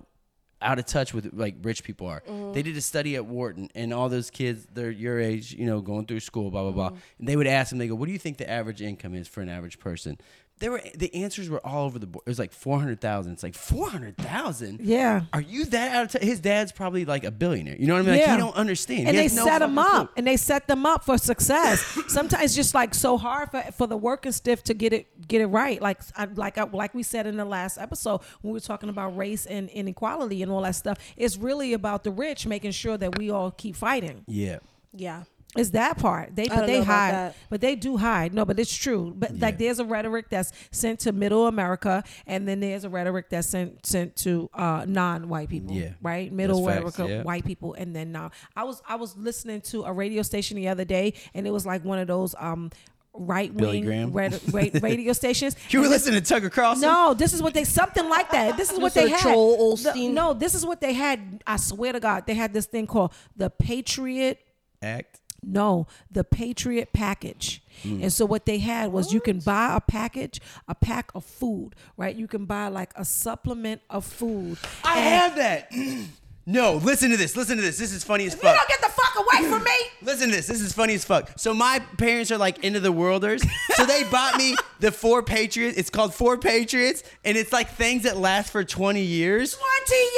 S2: out of touch with like rich people are.
S1: Mm-hmm.
S2: They did a study at Wharton and all those kids, they're your age, you know, going through school, blah blah blah.
S1: Mm-hmm.
S2: And they would ask them, they go, "What do you think the average income is for an average person?" They were the answers were all over the board. It was like four hundred thousand. It's like four hundred thousand.
S1: Yeah.
S2: Are you that out of touch? His dad's probably like a billionaire. You know what I mean? Like
S1: Yeah.
S2: he don't understand.
S1: and
S2: He
S1: they
S2: has no
S1: set them
S2: fucking
S1: up and they set them up for success sometimes it's just like so hard for, for the working stiff to get it get it right like I, like I, like we said in the last episode when we were talking about race and inequality and all that stuff it's really about the rich making sure that we all keep fighting
S2: clue. Yeah.
S3: Yeah.
S1: it's that part. They
S3: don't
S1: but they
S3: know about
S1: hide,
S3: that.
S1: but they do hide. No, but it's true. But like there's a rhetoric that's sent to Middle America, and then there's a rhetoric that's sent sent to uh, non-white people.
S2: Yeah.
S1: right. Middle
S2: That's facts,
S1: America,
S2: yeah.
S1: white people, and then now I was I was listening to a radio station the other day, and it was like one of those um right
S2: Billy
S1: wing
S2: Graham?
S1: radio stations.
S2: You were listening to Tucker Carlson.
S1: No, this is what they something like that. This is what
S3: This
S1: they
S3: a
S1: had.
S3: Joel
S1: The-
S3: Osteen.
S1: no, this is what they had. I swear to God, they had this thing called the Patriot
S2: Act.
S1: no, the Patriot package.
S2: Mm.
S1: And so what they had was you can buy a package, a pack of food, right? You can buy like a supplement of food.
S2: I
S1: And-
S2: have that. no, listen to this. Listen to this. This is funny as
S1: If
S2: fuck.
S1: you don't get the fuck away right for me.
S2: Listen to this. This is funny as fuck. So my parents are like into the worlders. So they bought me the Four Patriots. It's called Four Patriots, and it's like things that last for 20 years.
S1: 20 years.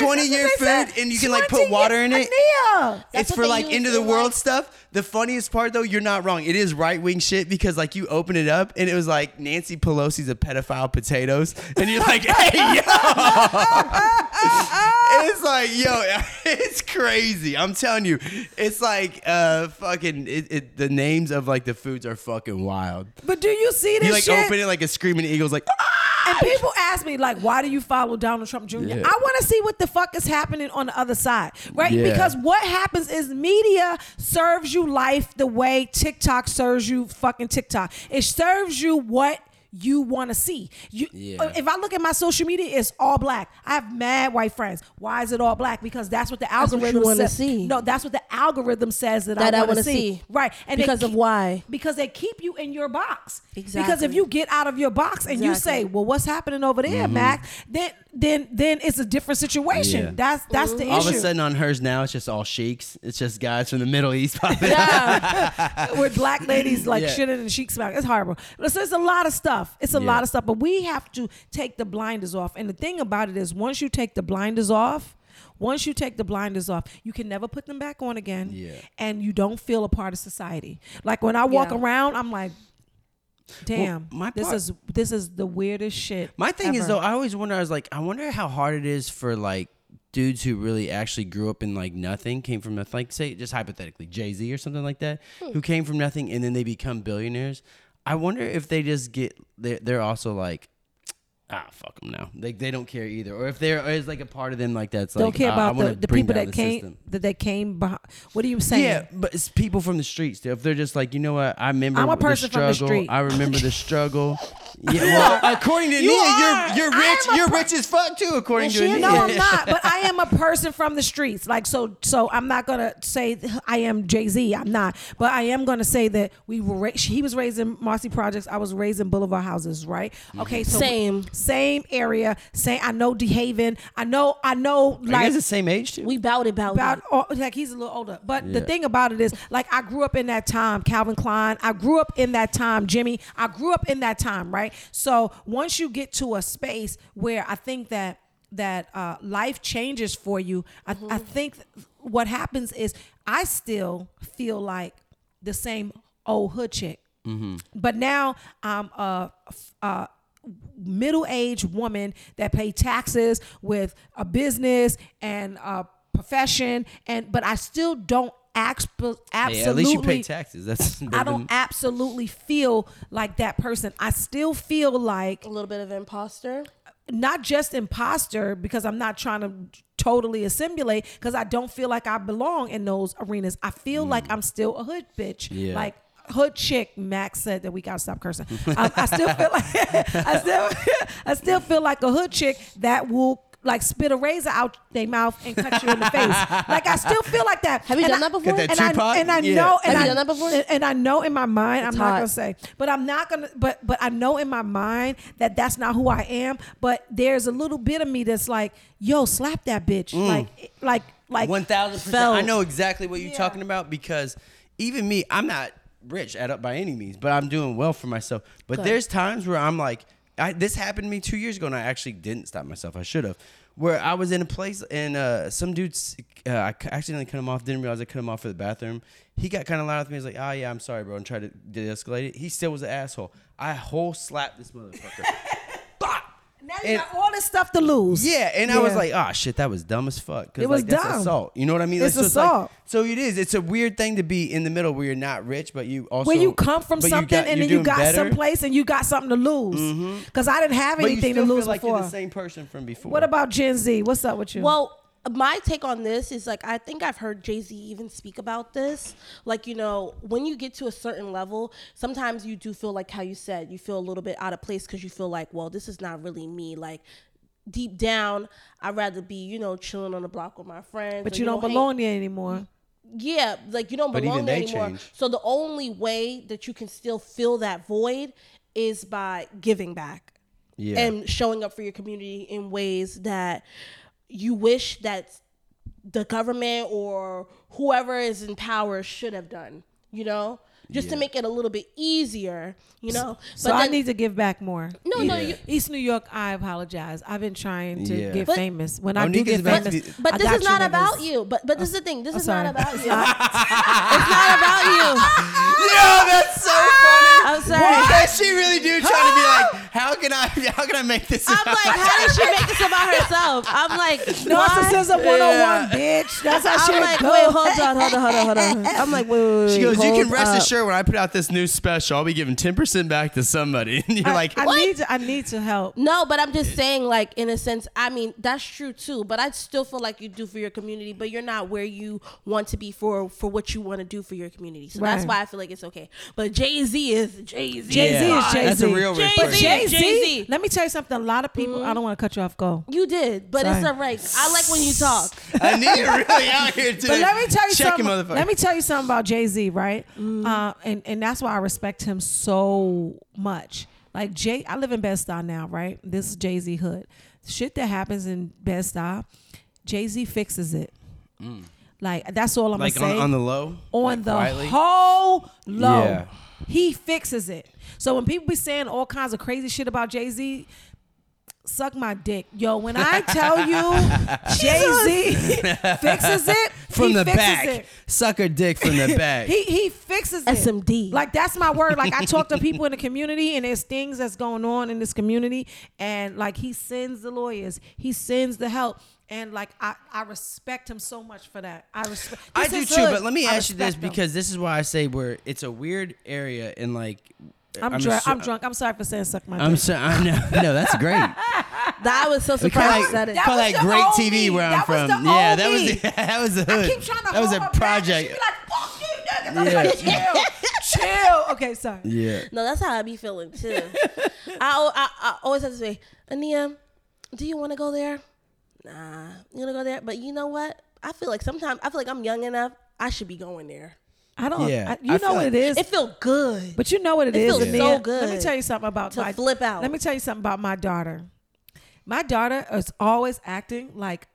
S1: That's what
S2: year
S1: they said.
S2: food, and you can, like,
S1: 20
S2: put water in
S1: years.
S2: it.
S1: Anea.
S3: That's
S2: it's
S3: what
S2: for
S3: they
S2: like
S3: use
S2: end of the
S3: in,
S2: world
S3: like-
S2: stuff. The funniest part though, you're not wrong. It is right wing shit because like you open it up and it was like Nancy Pelosi's a pedophile potatoes, and you're like, hey yo,
S1: Uh,
S2: it's like yo, it's crazy. I'm telling you, it's like uh fucking it, it, the names of like the foods are fucking wild.
S1: But do you see this
S2: You like
S1: shit?
S2: open it like a screaming eagle's like.
S1: And people ask me, like, why do you follow Donald Trump Jr.?
S2: Yeah.
S1: I want to see what the fuck is happening on the other side, right?
S2: Yeah.
S1: Because what happens is media serves you life the way TikTok serves you fucking TikTok. It serves you what you want to see. You, uh,
S2: Yeah.
S1: If I look at my social media, it's all black. I have mad white friends. Why is it all black? Because that's what the
S3: what you
S1: algorithm
S3: wanna
S1: says.
S3: see.
S1: No, that's what the algorithm says that,
S3: That I
S1: I want
S3: wanna
S1: to see.
S3: see.
S1: Right. they
S3: Because of
S1: keep-
S3: why?
S1: Because they keep you in your box. Because if
S3: Exactly.
S1: you get out of your box and you say,
S3: Exactly.
S1: well, what's happening over there, Mac? Then, then, then it's a different situation.
S2: Yeah.
S1: That's that's the
S2: All of a
S1: issue.
S2: sudden on hers now, it's just all sheiks. It's just guys from the Middle East popping up.
S3: Yeah.
S1: With black ladies like
S2: Yeah.
S1: shitting and chic smack, it's horrible. Listen, it's a lot of stuff. It's a
S2: Yeah.
S1: lot of stuff. But we have to take the blinders off. And the thing about it is, once you take the blinders off. Once you take the blinders off, you can never put them back on again.
S2: Yeah.
S1: And you don't feel a part of society. Like when I walk
S3: Yeah.
S1: around, I'm like, damn,
S2: my
S1: this
S2: part-
S1: is this is the weirdest shit.
S2: My thing is
S1: ever."
S2: though, I always wonder. I was like, I wonder how hard it is for like dudes who really actually grew up in like nothing, came from nothing, like say just hypothetically Jay Z or something like that,
S1: Hmm.
S2: who came from nothing and then they become billionaires. I wonder if they just get they're, they're also like. Ah, fuck them now. Like they don't care either, or if there is like a part of them like that's
S1: don't
S2: like
S1: care
S2: "Ah, I
S1: about
S2: wanna
S1: the, the
S2: bring
S1: people
S2: down
S1: that
S2: the
S1: came
S2: system."
S1: that they came behind. What are you saying?
S2: Yeah, but it's people from the streets. If they're just like, you know what, I remember
S1: I'm a person
S2: the
S1: from the
S2: struggle.
S1: street.
S2: I remember the struggle. Yeah, well, according to
S5: You
S2: Nia,
S5: are.
S2: you're you're
S1: I
S2: rich.
S1: am a
S2: You're
S1: per-
S2: rich as fuck too, according to
S3: she
S2: Nia.
S3: is.
S1: No, I'm not. But I am a person from the streets. Like so, so I'm not gonna say I am Jay Z. I'm not. But I am gonna say that we were. Ra- he was raised in Marcy Projects. I was raised in Boulevard houses. Right. Okay. So
S3: Same.
S1: Same area. Same. I know DeHaven. I know. I know.
S2: Are you
S1: Like
S2: guys the same age too?
S3: we bowed about,
S1: about oh, like he's a little older. But the
S2: Yeah.
S1: thing about it is, like I grew up in that time, Calvin Klein. I grew up in that time, Jimmy. I grew up in that time, right? So once you get to a space where I think that that uh, life changes for you, I, I think what happens is I still feel like the same old hood chick, but now I'm a, a middle-aged woman that pay taxes with a business and a profession and but I still don't act absolutely
S2: Hey, at least you pay taxes. That's
S1: I don't absolutely feel like that person. I still feel like
S3: a little bit of imposter.
S1: not just imposter because I'm not trying to totally assimilate because I don't feel like I belong in those arenas. I feel like
S5: Mm.
S1: I'm still a hood bitch.
S2: Yeah.
S1: Like hood chick Max said that we gotta stop cursing. I, I still feel like I still I still feel like a hood chick that will like spit a razor out their mouth and cut you in the face. Like I still feel like that.
S3: Have you
S1: And
S3: done
S1: I-
S3: that before? Got
S5: that
S1: and I-
S5: Tupac?
S1: and I
S5: Yeah.
S1: know and
S3: Have you
S1: I-
S3: done that before?
S1: and- and I know in my mind, I'm not
S3: hot.
S1: gonna say, but I'm not gonna, but but I know in my mind that that's not who I am. But there's a little bit of me that's like, yo, slap that bitch, like like like
S2: Mm. One thousand percent.
S1: felt.
S2: I know exactly what you're talking about because even me, I'm not rich at by any means, but I'm doing well for myself. But there's times where I'm like, I, this happened to me two years ago, and I actually didn't stop myself. I should have. Where I was in a place and uh, some dudes, uh, I c- accidentally cut him off. Didn't realize I cut him off for the bathroom. He got kind of loud with me. He's like, "Ah, yeah, I'm sorry, bro," and tried to de-escalate it. He still was an asshole. I whole slapped this motherfucker. Bop!
S1: Now you
S2: And-
S1: got all this stuff to lose.
S2: Yeah, and I was
S1: Yeah.
S2: like, oh shit, that was dumb as fuck. 'Cause,
S1: It was
S2: like, that's
S1: dumb.
S2: assault. You know what I mean?
S1: It's
S2: so
S1: assault.
S2: Like, so it is. It's a weird thing to be in the middle where you're not rich, but you also
S1: Where you come from
S2: but you
S1: something,
S2: got-
S1: and
S2: you're
S1: then you
S2: doing
S1: got
S2: better, Mm-hmm.
S1: someplace, and you got something to lose. Because I didn't have
S2: but you
S1: anything to
S2: still
S1: lose
S2: feel like
S1: before.
S2: You're the same person from before.
S1: what about Gen Z? What's up with you?
S3: Well, my take on this is like I think I've heard Jay Z even speak about this. Like you know, when you get to a certain level, sometimes you do feel like how you said you feel a little bit out of place because you feel like, well, this is not really me. Like deep down, I'd rather be you know chilling on the block with my friends.
S1: but
S3: or,
S1: you don't
S3: know, hang-
S1: belong there anymore.
S3: yeah, like you don't
S2: But
S3: belong
S2: even
S3: there
S2: they
S3: anymore.
S2: change.
S3: So the only way that you can still fill that void is by giving back
S2: Yeah.
S3: and showing up for your community in ways that you wish that the government or whoever is in power should have done, you know? Just to
S2: Yeah.
S3: make it a little bit easier, you know?
S1: So I
S3: then-
S1: need to give back more.
S3: No, no,
S2: Yeah.
S3: you,
S1: East New York, I apologize. I've been trying to
S2: Yeah.
S1: get
S3: But-
S1: famous. When I do
S2: Monique is
S1: get
S2: about to
S1: famous,
S2: be-
S3: But
S1: I
S3: this
S1: got
S3: is not
S1: niggas.
S3: about you. But but this is the thing. This is
S1: sorry.
S3: not about you.
S1: It's
S3: it's not about you.
S5: Yo, that's so funny.
S1: I'm sorry.
S5: What? She really do try to be like, how can I, how can I make this?
S3: I'm like, how did she make this about herself? I'm like, why?
S1: Narcissism 101, bitch. That's how shit
S3: I'm like,
S1: goes.
S3: wait, hold on, hold on, hold on, hold on. I'm like, wait, wait, wait.
S5: She goes, you
S1: hold
S5: can rest
S1: up.
S5: assured when I put out this new special, I'll be giving 10% back to somebody. And you're
S1: I,
S5: like,
S1: I
S5: what?
S1: need to, I need to help.
S3: No, but I'm just saying, like, in a sense, I mean, that's true too. But I still feel like you do for your community, but you're not where you want to be for for what you want to do for your community. So that's
S1: Right.
S3: why I feel like it's okay. But Jay Z is Jay Z.
S1: Jay Z
S2: Yeah.
S1: is Jay Z.
S2: That's a real
S3: Jay-Z.
S1: But
S2: restriction.
S1: Jay
S3: Jay-Z. Mm-hmm.
S1: Z. Let me tell you something. A lot of people. I don't want to cut you off. Go.
S3: You did, but it's
S1: Sorry.
S3: all right. I like when you talk.
S5: I need it really out here today.
S1: But let me tell you
S5: Check
S1: something.
S5: him, motherfucker.
S1: Let me tell you something about Jay Z, right? Uh, and and that's why I respect him so much. Like Jay, I live in Bed Stuy now, right? This is Jay Z hood. Shit that happens in Bed Stuy, Jay Z fixes it. Like that's all I'm
S2: Mm. like
S1: gonna
S2: on,
S1: say.
S2: on the low,
S1: on
S2: Like,
S1: the
S2: quietly?
S1: whole low.
S2: Yeah.
S1: He fixes it. So when people be saying all kinds of crazy shit about Jay Z, suck my dick, yo. When I tell you Jay Z fixes it
S2: from
S1: he
S2: the
S1: fixes
S2: back,
S1: it.
S2: suck her dick from the back.
S1: He he fixes it.
S3: SMD.
S1: Like that's my word. Like I talk to people in the community, and there's things that's going on in this community, and like he sends the lawyers, he sends the help, and like I I respect him so much for that. I respect.
S2: I
S1: this
S2: do
S1: is
S2: too,
S1: hood.
S2: but let me
S1: I
S2: ask you this
S1: respect him.
S2: because this is why I say where it's a weird area and like
S1: I'm, drunk.
S2: assu-
S1: I'm drunk. I'm sorry for saying suck my
S2: I'm
S1: dick.
S2: so I know no, that's great.
S3: That I was so
S2: call
S3: surprised
S2: it-
S3: that it.
S1: that
S5: Call
S1: was
S5: that
S1: the
S5: great
S1: old me.
S5: TV where I'm
S1: That was
S5: from.
S1: the
S5: yeah,
S1: old
S5: that was
S1: me.
S5: the, that was the hood.
S1: I keep trying to
S5: that
S1: hold
S5: was
S1: her
S5: a
S1: back, and
S5: project.
S1: She be like, "Fuck you, niggas." I'm like, chill, chill. Okay, sorry.
S2: Yeah.
S3: No, that's how I be feeling too. I, I, I always have to say, Ania, do you want to go there? Nah, you want to go there? But you know what? I feel like sometimes I feel like I'm young enough. I should be going there.
S1: I don't.
S2: Yeah,
S1: I-
S2: I
S1: you know
S2: feel
S1: what
S2: like-
S1: it is.
S3: It feel good.
S1: But you know what it is.
S3: feels
S1: Ania?
S3: so good
S1: Let me tell you something about
S3: to
S1: my,
S3: flip out.
S1: Let me tell you something about my daughter. My daughter is always acting like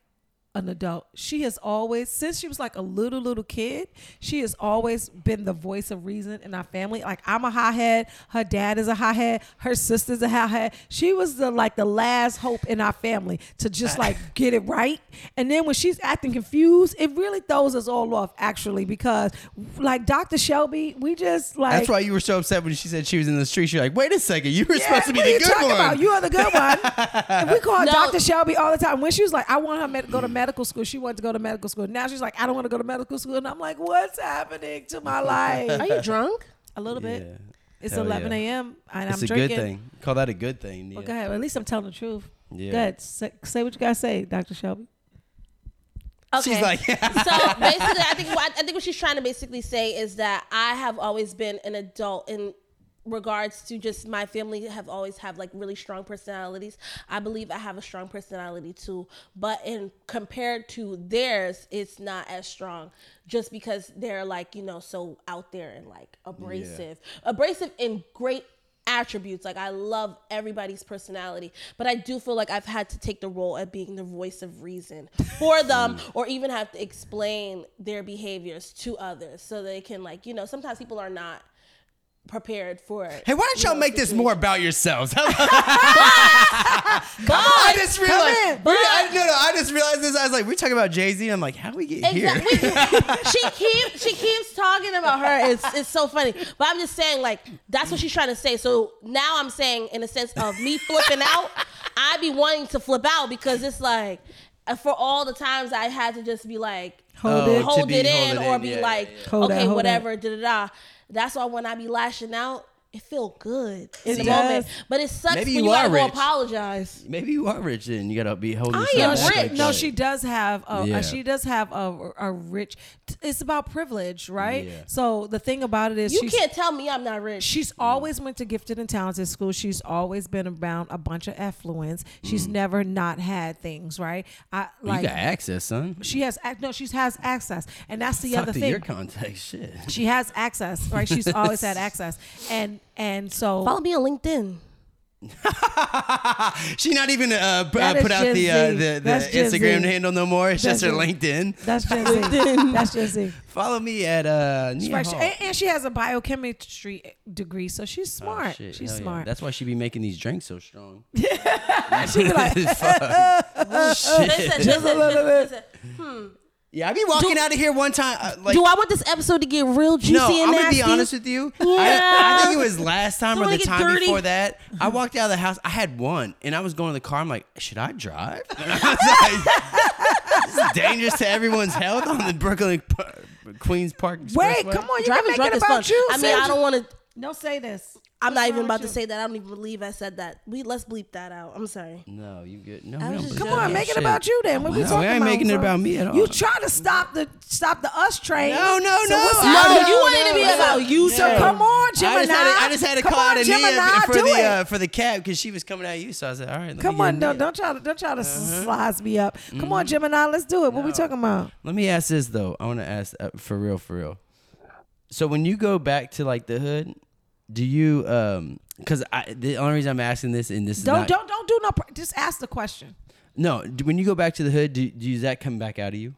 S1: an adult. She has always, since she was like a little little kid, she has always been the voice of reason in our family. Like I'm a hot head, her dad is a hot head, her sister's a hot head. She was the like the last hope in our family to just like get it right. And then when she's acting confused, it really throws us all off actually because like Dr. Shelby, we just like
S5: That's why you were so upset when she said she was in the street. You're like, wait a second, you were supposed to be
S1: what are
S5: the
S1: you
S5: good
S1: talking
S5: one.
S1: About? You are the good one. and we call her
S3: No.
S1: Dr. Shelby all the time. When she was like, I want her med- go to medical school, she wanted to go to medical school. Now she's like, I don't want to go to medical school. And I'm like, what's happening to my life?
S3: Are you drunk?
S1: a little bit.
S2: Yeah.
S1: It's
S2: Hell
S1: 11
S2: yeah.
S1: a.m. and
S2: It's
S1: I'm
S2: a
S1: drinking.
S2: good thing. Call that a good thing. Nia.
S1: Well, go ahead. At least I'm telling the truth.
S2: Yeah.
S1: Go ahead. Say, say what you got to say, Dr. Shelby.
S3: Okay.
S5: She's like,
S3: so basically, I think what, I think what she's trying to basically say is that I have always been an adult in regards to just my family have always have like really strong personalities. I believe I have a strong personality too, but in compared to theirs, it's not as strong just because they're like, you know, so out there and like abrasive. Abrasive in great attributes. Like I love everybody's personality, but I do feel like I've had to take the role of being the voice of reason for them or even have to explain their behaviors to others so they can like, you know, sometimes people are not prepared for it.
S5: hey, why don't y'all make this more about yourselves? How about- I
S3: But
S5: just realized.
S1: in,
S5: we- I, no, no, I just realized this. I was like, we're talking about Jay Z. I'm like, how we get here?
S3: Exactly. she keeps she keeps talking about her. It's it's so funny. But I'm just saying, like, that's what she's trying to say. So now I'm saying in a sense of me flipping out, I be wanting to flip out because it's like uh, for all the times I had to just be like
S1: Hold
S2: Oh,
S1: it.
S2: to
S3: hold
S2: be-
S3: it
S2: hold
S3: in
S2: it
S3: or
S2: in.
S3: be
S2: Yeah, yeah,
S3: like,
S2: yeah.
S1: Hold
S3: okay,
S1: that, hold
S3: whatever, da da da. That's why when I be lashing out, it feel good in the
S1: does.
S3: moment. But it sucks
S2: Maybe
S3: when
S2: you
S3: you
S2: are
S3: gotta go
S2: rich.
S3: apologize.
S2: Maybe you are rich then. You gotta be holding
S3: I
S2: yourself
S3: am
S1: No,
S2: back
S3: rich.
S1: she,
S2: like
S1: no,
S2: that.
S1: she does have a, a-
S2: Yeah.
S1: she does have a, a rich. It's about privilege, right?
S2: Yeah.
S1: So the thing about it is,
S3: You
S1: she's,
S3: can't tell me I'm not rich.
S1: She's always went to gifted and talented school. She's always been around a bunch of affluence. She's never not had things, right? I
S2: Mm-hmm. you
S1: like
S2: got access, son.
S1: she has ac- no, she has access, and that's the
S2: Talk
S1: other
S2: to
S1: thing.
S2: your contacts. Shit.
S1: she has access, right? She's always had access, and and so
S3: Follow me on LinkedIn.
S5: She not even uh, p-
S1: That
S5: uh,
S1: is
S5: put out
S1: Gen
S5: the, uh,
S1: Z.
S5: the the
S1: That's Gen
S5: Instagram
S1: Z.
S5: handle no more. It's
S1: That's
S5: just her
S1: Gen-
S5: LinkedIn.
S1: That's Gen Z. That's Gen Z.
S5: Follow me at uh, Nia
S1: Right.
S5: Hall.
S1: And, and she has a biochemistry degree, so she's smart.
S2: Oh, Shit,
S1: she's
S2: hell yeah.
S1: smart.
S2: That's why she be making these drinks so strong.
S1: she be like,
S3: Listen, listen, listen, listen.
S5: Yeah, I be walking out of here one time. Uh, like,
S3: Do I want this episode to get real juicy
S5: no,
S3: and
S5: I'm gonna
S3: nasty?
S5: be honest with you.
S3: Yeah.
S5: I, I think it was last time
S3: Don't
S5: or the
S3: make it
S5: time
S3: dirty.
S5: before that. I walked out of the house. I had one, and I was going to the car. I'm like, should I drive? And I was like, this is dangerous to everyone's health on the Brooklyn Queens Park.
S1: wait,
S5: Expressway."
S1: come on, you
S3: Driving
S1: can
S3: drunk
S1: make it
S3: is fun.
S1: about you.
S3: I mean, I don't want to.
S1: Don't say this.
S3: I'm
S1: What's
S3: not even
S1: wrong
S3: about
S1: with
S3: to
S1: you?
S3: say that. I don't even believe I said that. We let's bleep that out. I'm sorry.
S5: No, you good? No,
S3: was
S5: we don't
S3: just
S5: believe
S1: Come
S3: Yeah,
S5: that.
S1: on,
S3: yeah,
S1: make it
S2: shit.
S1: about you then. What we
S2: No,
S1: talking
S5: we ain't
S1: about,
S5: making it
S1: bro?
S5: about me at
S1: You
S5: all.
S1: try to stop the stop the us train.
S5: No, no,
S1: So
S5: no.
S1: what's
S5: I
S1: up?
S5: don't
S3: You want it to be
S5: know.
S3: about you,
S1: So
S3: sir.
S1: come on, Gemini.
S5: I just had to, I just had to
S1: come
S5: call
S1: on,
S5: out a
S1: Gemini.
S5: Nia for
S1: do
S5: the
S1: it.
S5: uh, for the cab because she was coming at you. So I said, all right, let me
S1: come
S5: get a
S1: on, don't,
S5: Nia.
S1: don't try to don't try to
S5: Uh-huh.
S1: slice me up. Come
S5: Mm-hmm.
S1: on, Gemini. Let's do it. What we talking about?
S2: Let me ask this though. I want to ask uh, for real, for real. So when you go back to like the hood, do you um? Because I the only reason I'm asking this and this is
S1: Don't
S2: not,
S1: don't don't do no. pr- Just ask the question.
S2: no. do- When you go back to the hood, do, does that come back out of you?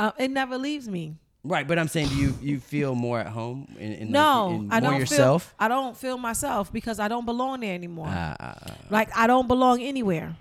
S1: Uh, it never leaves me.
S2: Right, but I'm saying, do you you feel more at home and, and
S1: No,
S2: like, and
S1: I
S2: more
S1: don't
S2: yourself?
S1: feel. I don't feel myself because I don't belong there anymore.
S2: Ah, ah, ah. Hmm.
S1: Like I don't belong anywhere.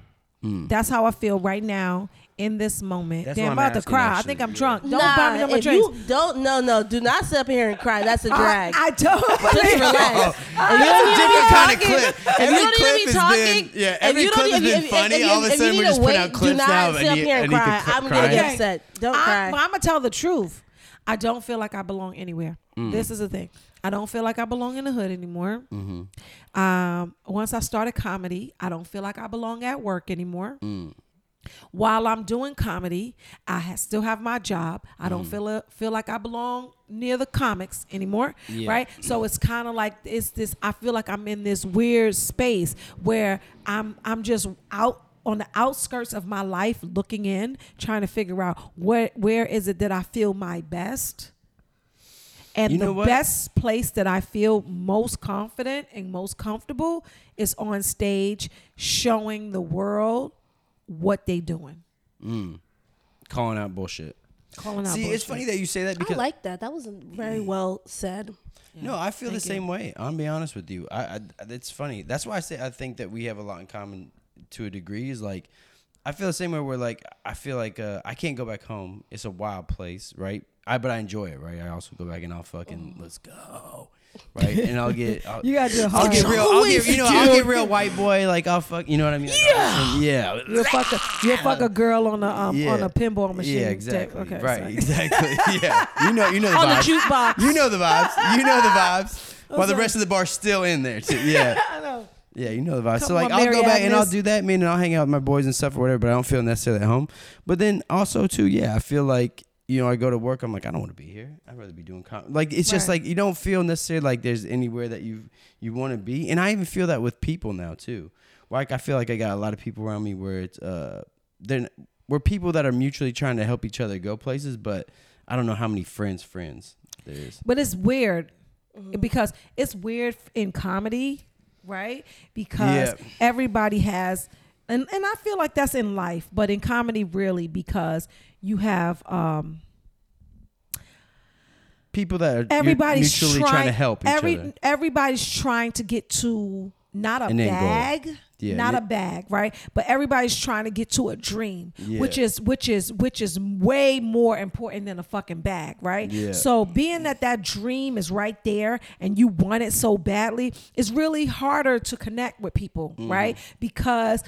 S1: That's how I feel right now in this moment.
S2: That's
S1: Damn,
S2: what
S1: I'm
S2: I'm
S1: about to
S2: asking,
S1: cry. I
S2: actually.
S1: think I'm drunk. Don't
S3: nah,
S1: buy me no more
S3: if
S1: drinks. Uh,
S3: you don't, no, no, do not sit up here and cry. That's a drag.
S1: I, I don't believe.
S3: Just relax.
S5: And that's a different kind of
S3: talking-
S5: clip.
S3: if
S5: Every
S3: you don't
S5: clip
S3: even be
S5: has
S3: talking,
S5: been, yeah,
S3: if
S5: every
S3: you don't
S5: clip has
S3: even-
S5: been
S3: if- if-
S5: funny.
S3: if-
S5: All of
S3: if
S5: a
S3: you
S5: sudden,
S3: need
S5: we're
S3: to
S5: just putting
S3: wait,
S5: out
S3: do
S5: clips
S3: not
S5: now.
S3: sit up here and cry. I'm gonna get
S5: get
S3: upset. Don't
S1: I'm,
S3: cry.
S1: I'm gonna tell the truth. I don't feel like I belong anywhere.
S2: Hmm.
S1: This is the thing. I don't feel like I belong in the hood anymore.
S2: Mm-hmm.
S1: Um, once I started comedy, I don't feel like I belong at work anymore. While I'm doing comedy, I ha- still have my job. I
S2: Mm.
S1: don't feel a, feel like I belong near the comics anymore, right? So it's kind of like it's this. I feel like I'm in this weird space where I'm I'm just out on the outskirts of my life, looking in, trying to figure out where where is it that I feel my best. And
S2: You
S1: the
S2: know what?
S1: best place that I feel most confident and most comfortable is on stage showing the world what they doing.
S2: calling out bullshit.
S1: Calling out
S5: See, it's funny
S1: bullshit.
S5: that you say that because
S3: I like that. That was very well said.
S5: no, I feel the same way.
S2: I'm gonna be honest with you. I, I it's funny. That's why I say I think that we have a lot in common to a degree. Is like I feel the same way. Where like I feel like uh, I can't go back home. It's a wild place, right? I but I enjoy it, right? I also go back and I'll fucking let's go, right? And I'll get I'll,
S1: Oh. You gotta do it
S2: I'll
S1: hard.
S2: get real. I'll
S5: Always
S2: get you know I'll get real white boy. Like I'll fuck. You know what I mean? Like, I'll- yeah,
S1: You'll fuck a you'll fuck a girl on a um, on a pinball machine.
S2: Yeah, exactly.
S1: Okay,
S2: right,
S1: sorry.
S2: exactly. Yeah, you know, you know the
S3: On the
S2: vibes.
S3: jukebox.
S2: You know the vibes. You know the vibes. While the rest of the bar's still in there, too. Yeah. Yeah, you know the vibes.
S1: Come
S2: so like,
S1: on,
S2: I'll
S1: Mary
S2: go back and I'll
S1: Agnes.
S2: do that, meaning I'll hang out with my boys and stuff or whatever. But I don't feel necessarily at home. But then also too, yeah, I feel like you know I go to work. I'm like, I don't want to be here. I'd rather be doing com-. like it's just
S1: Right.
S2: like you don't feel necessarily like there's anywhere that you you want to be. And I even feel that with people now too. Like I feel like I got a lot of people around me where it's uh then we're people that are mutually trying to help each other go places, but I don't know how many friends friends there is.
S1: But it's weird because it's weird in comedy, right? Because
S2: Yeah.
S1: everybody has and, and I feel like that's in life, but in comedy really because you have um
S2: People that are mu-
S1: everybody's
S2: mutually
S1: trying,
S2: trying to help each
S1: every,
S2: other.
S1: Everybody's trying to get to not a
S2: An end goal.
S1: bag,
S2: Yeah,
S1: not
S2: you-
S1: a bag, right? But everybody's trying to get to a dream,
S2: Yeah.
S1: which is which is which is way more important than a fucking bag, right?
S2: Yeah.
S1: So being that that dream is right there and you want it so badly, it's really harder to connect with people,
S2: Mm-hmm.
S1: right? Because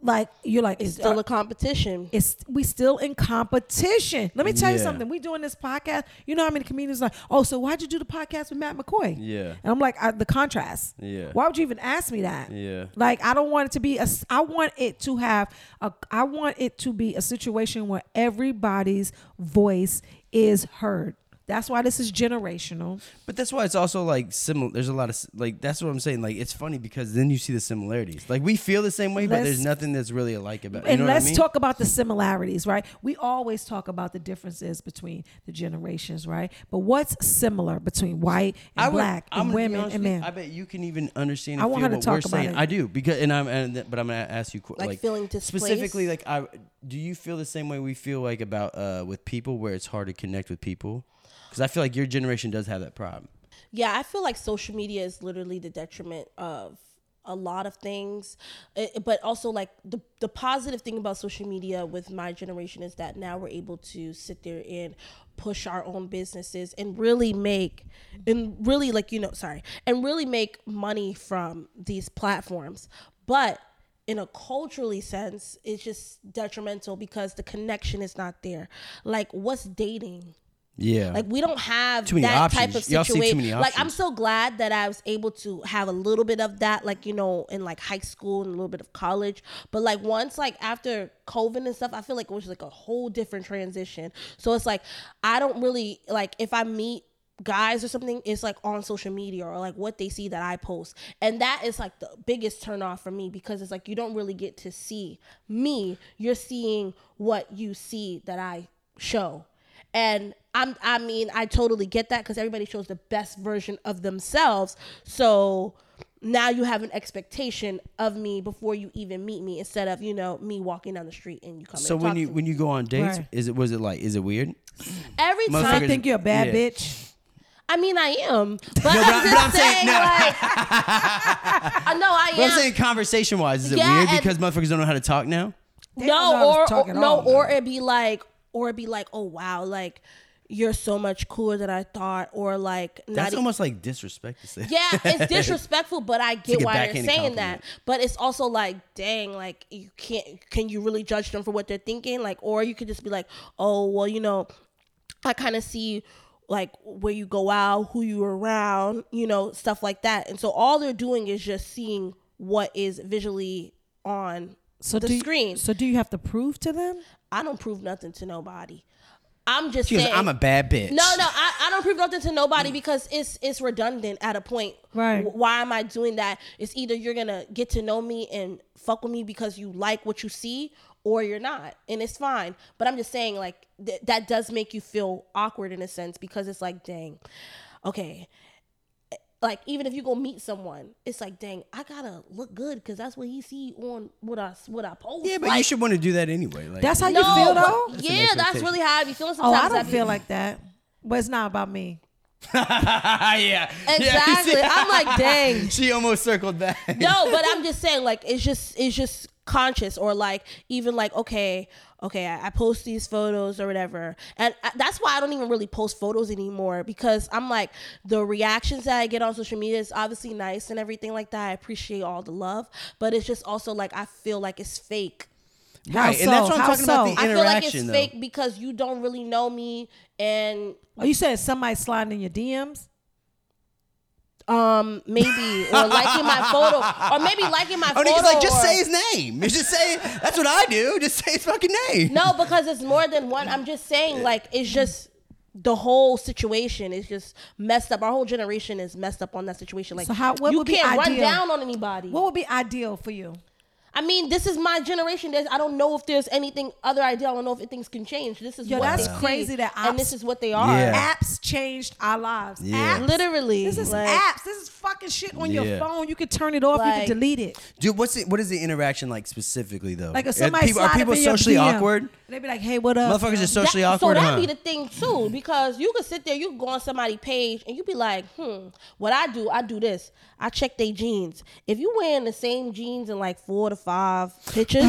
S1: like you're like
S3: It's
S1: uh,
S3: still a competition.
S1: it's we still in competition. Let me tell you
S2: Yeah.
S1: something. We doing this podcast. You know how many comedians are like, oh, so why'd you do the podcast with Matt McCoy?
S2: Yeah.
S1: and I'm like, I, the contrast.
S2: Yeah.
S1: why would you even ask me that?
S2: Yeah.
S1: like I don't want it to be a. s- I want it to have a. I want it to be a situation where everybody's voice is heard. That's why this is generational.
S2: But that's why it's also like similar. There's a lot of s- like that's what I'm saying. Like it's funny because then you see the similarities. Like we feel the same way, but
S1: Let's-
S2: there's nothing that's really alike about. You
S1: and
S2: know
S1: let's
S2: what I mean?
S1: talk about the similarities, right? We always talk about the differences between the generations, right? But what's similar between white and
S2: I would-
S1: black
S2: I'm
S1: and
S2: gonna be
S1: women
S2: honest
S1: and
S2: with you,
S1: men?
S2: I bet you can even understand.
S1: I
S2: And
S1: want
S2: feel
S1: her to
S2: what
S1: talk
S2: we're
S1: about
S2: saying.
S1: it.
S2: I do because, and I'm, and, but I'm gonna ask you qu-
S3: Like feeling displaced?
S2: specifically. Like, I do you feel the same way we feel like about uh with people where it's hard to connect with people? Because I feel like your generation does have that problem.
S3: yeah i feel like social media is literally the detriment of a lot of things It- but also like the, the positive thing about social media with my generation is that now we're able to sit there and push our own businesses and really make and really like you know sorry and really make money from these platforms but in a culturally sense it's just detrimental because the connection is not there like what's dating
S2: Yeah,
S3: like we don't have
S2: many
S3: that
S2: options.
S3: type of
S2: Y'all see too many
S3: situation. Like I'm
S2: options.
S3: so glad that I was able to have a little bit of that, like you know, in like high school and a little bit of college. But like once, like after COVID and stuff, I feel like it was like a whole different transition. So it's like I don't really like if I meet guys or something it's like on social media or like what they see that I post and that is like the biggest turn off for me because it's like you don't really get to see me you're seeing what you see that I show and I'm I mean I totally get that because everybody shows the best version of themselves. So now you have an expectation of me before you even meet me, instead of you know me walking down the street and you come.
S2: so
S3: and
S2: when
S3: talk
S2: you
S3: to me.
S2: when you go on dates,
S1: Right.
S2: is it was it like is it weird?
S3: every
S2: Motherfuckers-
S1: I
S3: time,
S1: think you're a bad
S2: Yeah.
S1: bitch.
S3: I mean I am, but,
S2: but
S3: I'm
S2: I'm-
S3: just
S2: but I'm
S3: saying,
S2: saying- no.
S3: like, I know I
S2: But
S3: am.
S2: I'm saying conversation wise, is it
S3: Yeah,
S2: weird
S3: and-
S2: because motherfuckers don't know how to talk now?
S1: They don't know
S3: no,
S1: how to
S3: or,
S1: talk
S3: or
S1: at
S3: no,
S1: all.
S3: or it'd be like, or it'd be like, oh wow, like you're so much cooler than I thought, or like not
S2: That's
S3: e-
S2: almost like disrespect to say.
S3: Yeah, it's disrespectful, but I
S2: like
S3: get
S2: a
S3: why you're saying
S2: backhanded
S3: that.
S2: compliment.
S3: But it's also like, dang, like you can't. Can you really judge them for what they're thinking? Like, or you could just be like, oh, well, you know, I kind of see like where you go out, who you around, you know, stuff like that. And so all they're doing is just seeing what is visually on
S1: So
S3: the
S1: do you,
S3: screen.
S1: So do you have to prove to them?
S3: I don't prove nothing to nobody. I'm just
S2: She goes,
S3: saying.
S2: I'm a bad bitch.
S3: No, no, I, I don't prove nothing to nobody because it's it's redundant at a point.
S1: Mm. Right.
S3: W- Why am I doing that? It's either you're gonna get to know me and fuck with me because you like what you see, or you're not, and it's fine. But I'm just saying, like th- that does make you feel awkward in a sense because it's like, dang, okay. Eh, Like even if you go meet someone, it's like, dang, I gotta look good because that's what he see on what I what I post.
S2: Yeah, but you
S3: Like,
S2: should want to do that anyway. Like,
S1: That's how
S3: no,
S1: you feel
S3: but-
S1: though.
S2: That's an
S3: yeah, that's
S2: expectation.
S3: really how I be feeling
S1: Oh,
S3: sometimes.
S1: I
S3: I
S1: don't
S3: be-
S1: feel like that. But it's not about me.
S2: yeah.
S3: Exactly. I'm like, dang.
S2: She almost circled back.
S3: no, but I'm just saying, like, it's just it's just conscious or like even like okay okay I, I post these photos or whatever and I, that's why I don't even really post photos anymore because I'm like the reactions that I get on social media is obviously nice and everything like that I appreciate all the love but it's just also like I feel like it's fake
S1: How
S2: Right,
S1: so?
S2: and that's what I'm
S1: how
S2: talking
S1: so?
S2: about the
S3: I feel like it's
S2: Interaction, though.
S3: fake because you don't really know me and
S1: oh, you said somebody sliding in your DMs.
S3: um maybe or liking my photo or maybe liking my
S2: Oh,
S3: photo
S2: he's like, just
S3: or-
S2: say his name. Just say, that's what I do. Just say his fucking name.
S3: No, because it's more than one. I'm just saying, like, it's just the whole situation is just messed up. Our whole generation is messed up on that situation. Like,
S1: So how- what
S3: you
S1: would be
S3: can't run
S1: ideal?
S3: down on anybody.
S1: What would be ideal for you?
S3: I mean, this is my generation. There's, I don't know if there's anything other ideal. I don't know if things can change. This is
S1: Yo,
S3: what
S1: that's
S3: they see,
S1: crazy that
S3: and
S1: ops-
S3: this is what they are.
S2: Yeah.
S1: Apps changed our lives.
S2: Yeah.
S1: Apps.
S3: Literally,
S1: This is
S3: like,
S1: apps. This is fucking shit on your
S2: Yeah.
S1: phone. You can turn it off. you
S3: Like-
S1: can delete it.
S2: Dude, what's it, what is the interaction like specifically, though?
S1: Like if
S2: Are
S1: somebody
S2: people, are people socially awkward?
S1: They be like, "Hey, what up?"
S2: Motherfuckers are socially
S3: That-
S2: awkward,
S3: So
S2: huh?
S3: that'd be the thing too, because you could sit there, you could go on somebody's page, and you'd be like, "Hmm, what I do? I do this. I check they jeans. If you wearing the same jeans in like four to five pictures,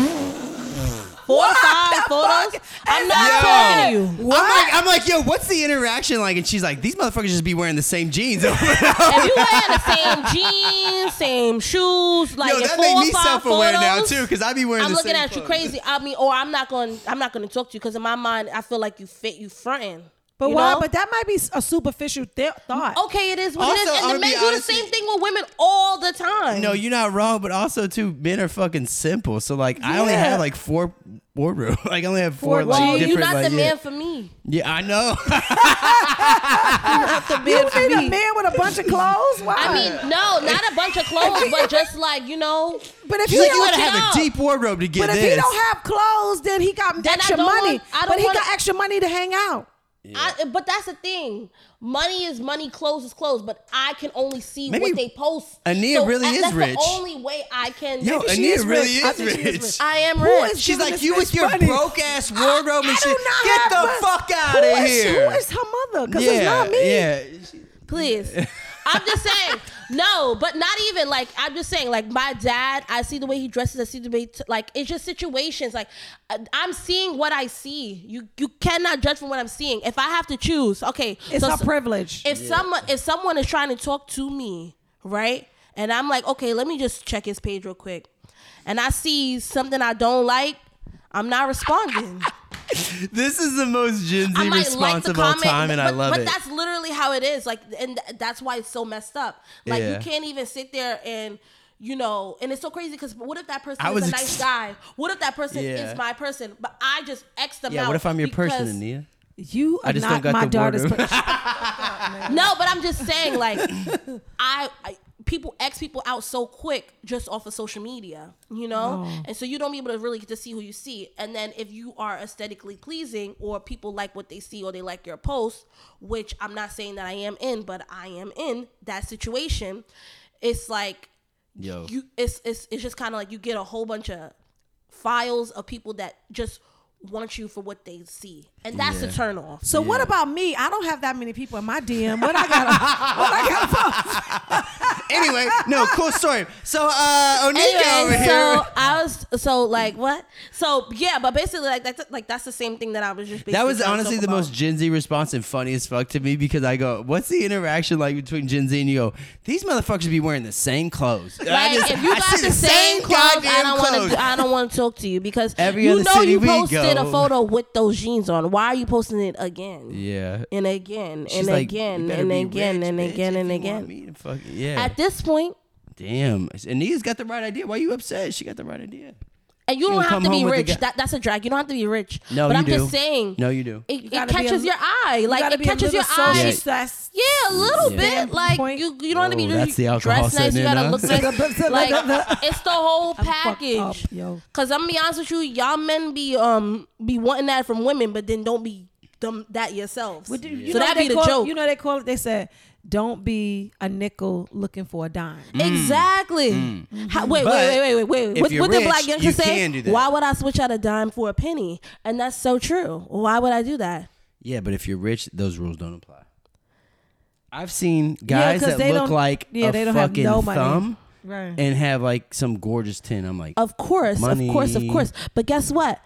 S3: four to five photos, I'm not telling you.
S2: I'm like, I'm like, yo, what's the interaction like? And she's like, these motherfuckers just be wearing the same jeans. over and over.
S3: If you wearing the same jeans, same shoes, like
S2: yo,
S3: in
S2: that
S3: four
S2: made
S3: or
S2: me
S3: five
S2: self-aware now
S3: photos,
S2: too, because I be wearing.
S3: I'm
S2: the
S3: looking
S2: same
S3: at you
S2: clothes.
S3: crazy. I mean, or I'm not going. to I'm not going to talk to you because in my mind, I feel like you fit. You fronting.
S1: But
S3: You
S1: why?
S3: know?
S1: But that might be s- a superficial th- thought.
S3: Okay, it is what it
S2: Also,
S3: is.
S2: I'm
S3: And the
S2: gonna be
S3: men do the
S2: honest with
S3: same thing with women all the time.
S2: No, you're not wrong, but also too, men are fucking simple. So like, I only
S1: Yeah.
S2: have like four wardrobe. Like, I only have four.
S1: Four
S2: like,
S1: jeans.
S3: Well,
S2: different,
S3: you're not
S2: like,
S3: the
S2: yeah.
S3: man for me.
S2: Yeah, I know.
S1: you need a man with a bunch of clothes. Why?
S3: I mean, no, not a bunch of clothes, but just like you know,
S1: but if he
S2: you
S3: Like,
S1: don't,
S3: you
S2: gotta
S3: it
S2: have
S3: out.
S2: a deep wardrobe to get
S1: but if
S2: this.
S1: he don't have clothes, then he got
S3: I
S1: extra
S3: don't
S1: money.
S3: want- I don't
S1: but he
S3: wanna-
S1: got extra money to hang out.
S3: I, but that's the thing. Money is money, clothes is clothes, but I can only see
S2: Maybe
S3: what they post.
S2: Ania really
S3: that-
S2: is
S3: that's
S2: rich.
S3: the only way I can.
S2: Yo,
S1: she
S2: Ania
S1: is
S2: really
S1: rich. I
S2: is
S1: think she is
S2: rich.
S1: rich.
S3: I am
S1: Who
S3: rich.
S1: is
S2: She's
S1: giving
S2: like,
S1: this
S2: you with
S1: bitch
S2: your
S1: money?
S2: broke ass wardrobe
S1: I do
S2: and shit.
S1: not
S2: Get
S1: have
S2: the
S1: money.
S2: fuck
S1: Who
S2: out of
S1: is-
S2: here.
S1: Who is her mother? Because
S2: yeah,
S1: it's not me.
S2: yeah.
S3: please. I'm just saying, no, but not even like I'm just saying, like my dad. I see the way he dresses. I see the way, t- like it's just situations. Like I- I'm seeing what I see. You you cannot judge from what I'm seeing. If I have to choose, okay,
S1: It's
S3: so
S1: her
S3: s-
S1: privilege.
S3: if someone if someone is trying to talk to me, right? And I'm like, okay, let me just check his page real quick. And I see something I don't like, I'm not responding.
S2: This is the most Gen
S3: I
S2: Z responsible time, and
S3: but,
S2: I love
S3: but
S2: it.
S3: that's literally how it is. Like, and th- that's why it's so messed up. Like,
S2: Yeah.
S3: you can't even sit there and. You know, and it's so crazy because what if that person
S2: I
S3: is
S2: was
S3: a nice
S2: ex-
S3: guy? What if that person
S2: Yeah.
S3: is my person? But I just X them out.
S2: Yeah, what if I'm your person,
S3: because-
S2: Ania?
S1: you are
S2: just
S1: not
S2: don't got
S1: my
S2: the
S1: daughter's.
S2: wardrobe.
S1: pri-
S3: No, but I'm just saying, like, I, I people X people out so quick just off of social media, you know, and so you don't be able to really get to see who you see. And then if you are aesthetically pleasing or people like what they see or they like your post, which I'm not saying that I am in, but I am in that situation. It's like
S2: Yo,
S3: you it's it's it's just kind of like you get a whole bunch of files of people that just want you for what they see, and that's the turn off.
S1: So what about me? I don't have that many people in my DM. What I got? what I got?
S2: anyway, no, cool story. So, uh, Onika over
S3: Anyway,
S2: here.
S3: so I was so like what? So yeah, but basically like that's like that's the same thing that I was just. Basically
S2: That was
S3: trying to
S2: honestly
S3: talk
S2: the
S3: about.
S2: most Gen Z response and funny as fuck to me because I go, "What's the interaction like between Gen Z and you?" Go, these motherfuckers be wearing the same clothes.
S3: Like if you
S2: I
S3: got
S2: see
S3: the same clothes, I
S2: goddamn
S3: don't want
S2: clothes.
S3: to. I don't want to talk to you because
S2: Every
S3: you
S2: other
S3: know
S2: city
S3: you
S2: we
S3: posted
S2: go.
S3: a photo with those jeans on. Why are you posting it again?
S2: Yeah.
S3: And again
S2: She's
S3: and
S2: like, "You
S3: again
S2: better
S3: and
S2: be
S3: again
S2: rich,
S3: and
S2: bitch,
S3: again
S2: if
S3: and
S2: you want
S3: again.
S2: me to fuck- Yeah.
S3: At this point,
S2: Damn. Ania's got the right idea. Why you upset? She got the right idea.
S3: and you don't
S2: gonna
S3: have
S2: come
S3: to be
S2: home with a
S3: rich.
S2: guy-
S3: That that's a drag. You don't have to be rich.
S2: No,
S3: but
S2: you
S3: I'm
S2: do.
S3: just saying.
S2: No, you do.
S3: It, it
S1: gotta be a
S3: catches
S1: li-
S3: your eye. Like
S1: gotta
S3: it
S1: be a
S3: catches your
S1: little
S3: eye.
S1: social sess-
S3: Yeah, a little
S1: Yeah.
S3: bit. Like
S1: Point.
S3: you, you don't have to be
S2: Whoa,
S3: just
S2: Oh, that's the alcohol
S3: dressed nice.
S2: setting
S3: You
S2: in,
S3: gotta
S2: huh?
S3: look nice. like it's the whole
S1: fucked up,
S3: package.
S1: yo.
S3: Cause I'm gonna be honest with you, y'all men be um be wanting that from women, but then don't be them that yourselves.
S1: But do- you
S3: so
S1: know
S3: that
S1: they
S3: be the
S1: call,
S3: joke.
S1: You know they call it. They said, "Don't be a nickel looking for a dime."
S3: Exactly. How, wait,
S2: Mm. But
S3: wait, wait, wait, wait,
S2: if
S3: wait. What,
S2: you're
S3: what
S2: rich,
S3: did Black Youngster
S2: you
S3: say?
S2: can do that.
S3: Why would I switch out a dime for a penny? And that's so true. Why would I do that?
S2: Yeah, but if you're rich, those rules don't apply. I've seen guys
S1: 'cause
S2: that
S1: they
S2: look
S1: don't-
S2: like
S1: yeah,
S2: a
S1: they don't have
S2: fucking
S1: no money.
S2: thumb
S1: Right.
S2: and have like some gorgeous tin. I'm like,
S3: Of course, of course, of
S2: Money.
S3: course. But guess what?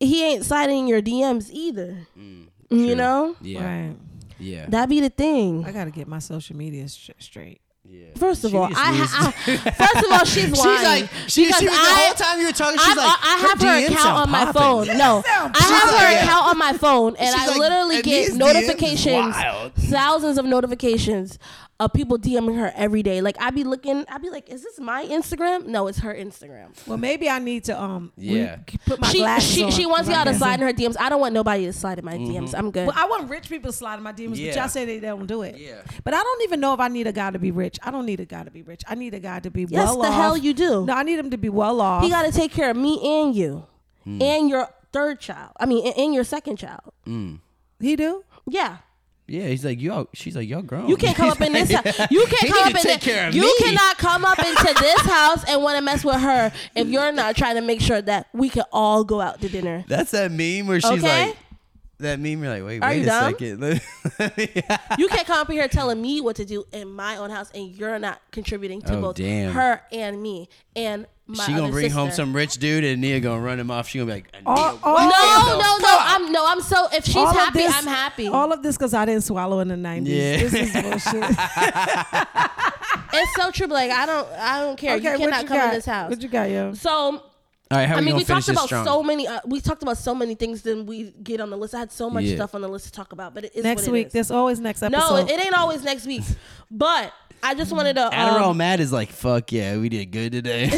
S3: He ain't signing your DMs either.
S2: Mm,
S3: you know?
S2: yeah,
S1: Right.
S2: yeah,
S3: That be the
S1: I
S3: thing.
S1: gotta get my social media sh- straight.
S2: yeah.
S3: First of
S2: She
S3: all, I,
S2: just needs-
S3: ha- I first of all she's
S2: She's
S3: lying.
S2: like, she, she was
S3: Because
S2: the
S3: I-
S2: whole time you were talking. She's
S3: I've- uh,
S2: like,
S3: I have her
S2: DMs
S3: account
S2: sound
S3: on my phone.
S2: popping.
S3: No, I
S2: She's
S3: have
S2: like-
S3: her account on my phone, and
S2: She's
S3: I
S2: like,
S3: literally
S2: "And
S3: get
S2: these
S3: notifications,
S2: DMs wild."
S3: thousands of notifications of people DMing her every day. Like I be looking, I be like, is this my Instagram? No, it's her Instagram.
S1: Well, maybe I need to um re-
S2: Yeah.
S1: put my
S3: She
S1: glasses
S3: she
S1: on.
S3: she wants
S1: Right
S3: y'all to
S1: now.
S3: slide in her DMs. I don't want nobody to slide in my
S2: Mm-hmm.
S3: DMs. I'm good.
S1: Well, I want rich people to slide in my DMs, but
S2: Yeah.
S1: y'all say they don't do it.
S2: Yeah.
S1: But I don't even know if I need a guy to be rich. I don't need a guy to be rich. I need a guy to be
S3: Yes,
S1: well off.
S3: the hell you do.
S1: No, I need him to be well off.
S3: He got to take care of me and you,
S2: Hmm.
S3: and your third child. I mean, and, and your second child.
S1: he do.
S3: Yeah.
S2: Yeah, he's like, y'all. She's like, y'all grown.
S3: You can't come up in this house. You
S2: He
S3: can't come
S2: need
S3: up
S2: to
S3: in
S2: take
S3: thi-
S2: care of
S3: You
S2: me.
S3: cannot come up into this house and want to mess with her if you're not trying to make sure that we can all go out to dinner.
S2: That's that meme where she's
S3: Okay.
S2: like, that meme. You're like, wait,
S3: Are
S2: wait
S3: you
S2: a
S3: dumb?
S2: second.
S3: You can't come up in here telling me what to do in my own house and you're not contributing to
S2: Oh,
S3: both
S2: damn.
S3: her and me and my
S2: she gonna
S3: other
S2: bring home
S3: sister.
S2: some rich dude, and Nia gonna run him off. She gonna be like,
S1: All- all-
S3: No,
S1: all
S3: no, no. I'm no. I'm so. If she's
S1: of
S3: happy,
S1: this-
S3: I'm happy.
S1: All of this because I didn't swallow in the nineties.
S2: Yeah.
S1: This is bullshit.
S3: it's so true. but, Like I don't. I don't care.
S1: okay,
S3: you
S1: what
S3: cannot
S1: you
S3: come
S1: got?
S3: in this house.
S1: What you got, yo?
S3: So
S2: All right, how
S3: I
S2: are we
S3: mean,
S2: gonna
S3: we
S2: finish
S3: talked
S2: this
S3: about
S2: strong?
S3: so many. Uh, we talked about so many things. Then we get on the list. I had so much
S2: Yeah.
S3: stuff on the list to talk about, but it is
S1: next
S3: what it
S1: week.
S3: is.
S1: There's always next
S3: no,
S1: episode.
S3: it, it ain't always next week. But I just wanted to.
S5: Adderall
S3: Um,
S5: Matt is like, fuck yeah, we did good today.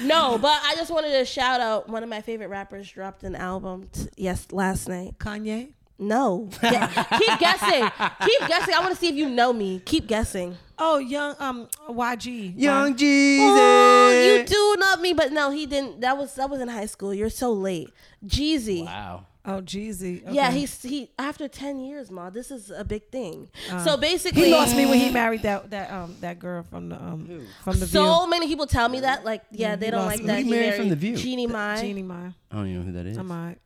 S3: no, but I just wanted to shout out one of my favorite rappers dropped an album. T- yes, last night.
S1: Kanye.
S3: No, Gu- keep guessing. Keep guessing. I want to see if you know me. Keep guessing.
S1: Oh, young um YG.
S5: Young
S3: Oh, you
S5: Jesus.
S3: do love me, but no, he didn't. That was that was in high school. You're so late, Jeezy.
S5: Wow.
S1: Oh, Jeezy.
S3: Yeah,
S1: Okay.
S3: he's he after ten years, ma. This is a big thing. so basically,
S1: Uh. he lost me when he married that that um that girl from the um from the
S3: so many people tell me that, like, yeah, they don't
S1: lost
S3: like
S1: me.
S3: that.
S5: He married from The View.
S3: Jeannie Mai.
S1: View. Jeannie Mai.
S5: I don't even know who that is.
S1: I'm alright.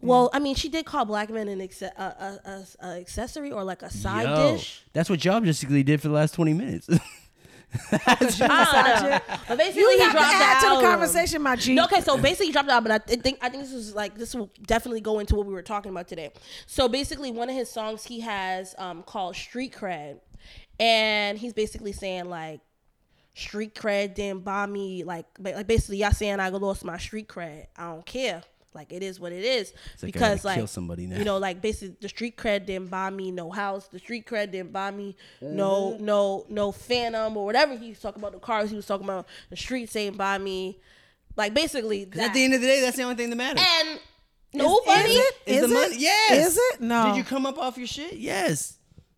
S3: Well, I mean, she did call black men an acce- a, a, a, a accessory or like a side
S5: Yo,
S3: dish.
S5: That's what y'all basically did for the last 20 minutes.
S3: I don't know. But basically,
S1: You
S3: he
S1: got
S3: dropped
S1: to add to
S3: the
S1: the
S3: album.
S1: conversation, my G.
S3: No, okay, so basically he dropped the album. and I think I think this was like this will definitely go into what we were talking about today. So basically, one of his songs he has um, called "Street Cred," and he's basically saying like street cred didn't buy me like ba- like basically y'all saying I lost my street cred. I don't care. Like it is what it is
S5: like I
S3: because
S5: gotta
S3: like
S5: kill somebody now.
S3: you know like basically the street cred didn't buy me no house. The street cred didn't buy me no no no phantom or whatever he was talking about the cars he was talking about the streets ain't buy me. Like basically that.
S5: At the end of the day, that's the only thing that matters.
S3: and nobody.
S1: Is it?
S5: Is the money- Yes.
S1: Is it? No.
S5: Did you come up off your shit? Yes.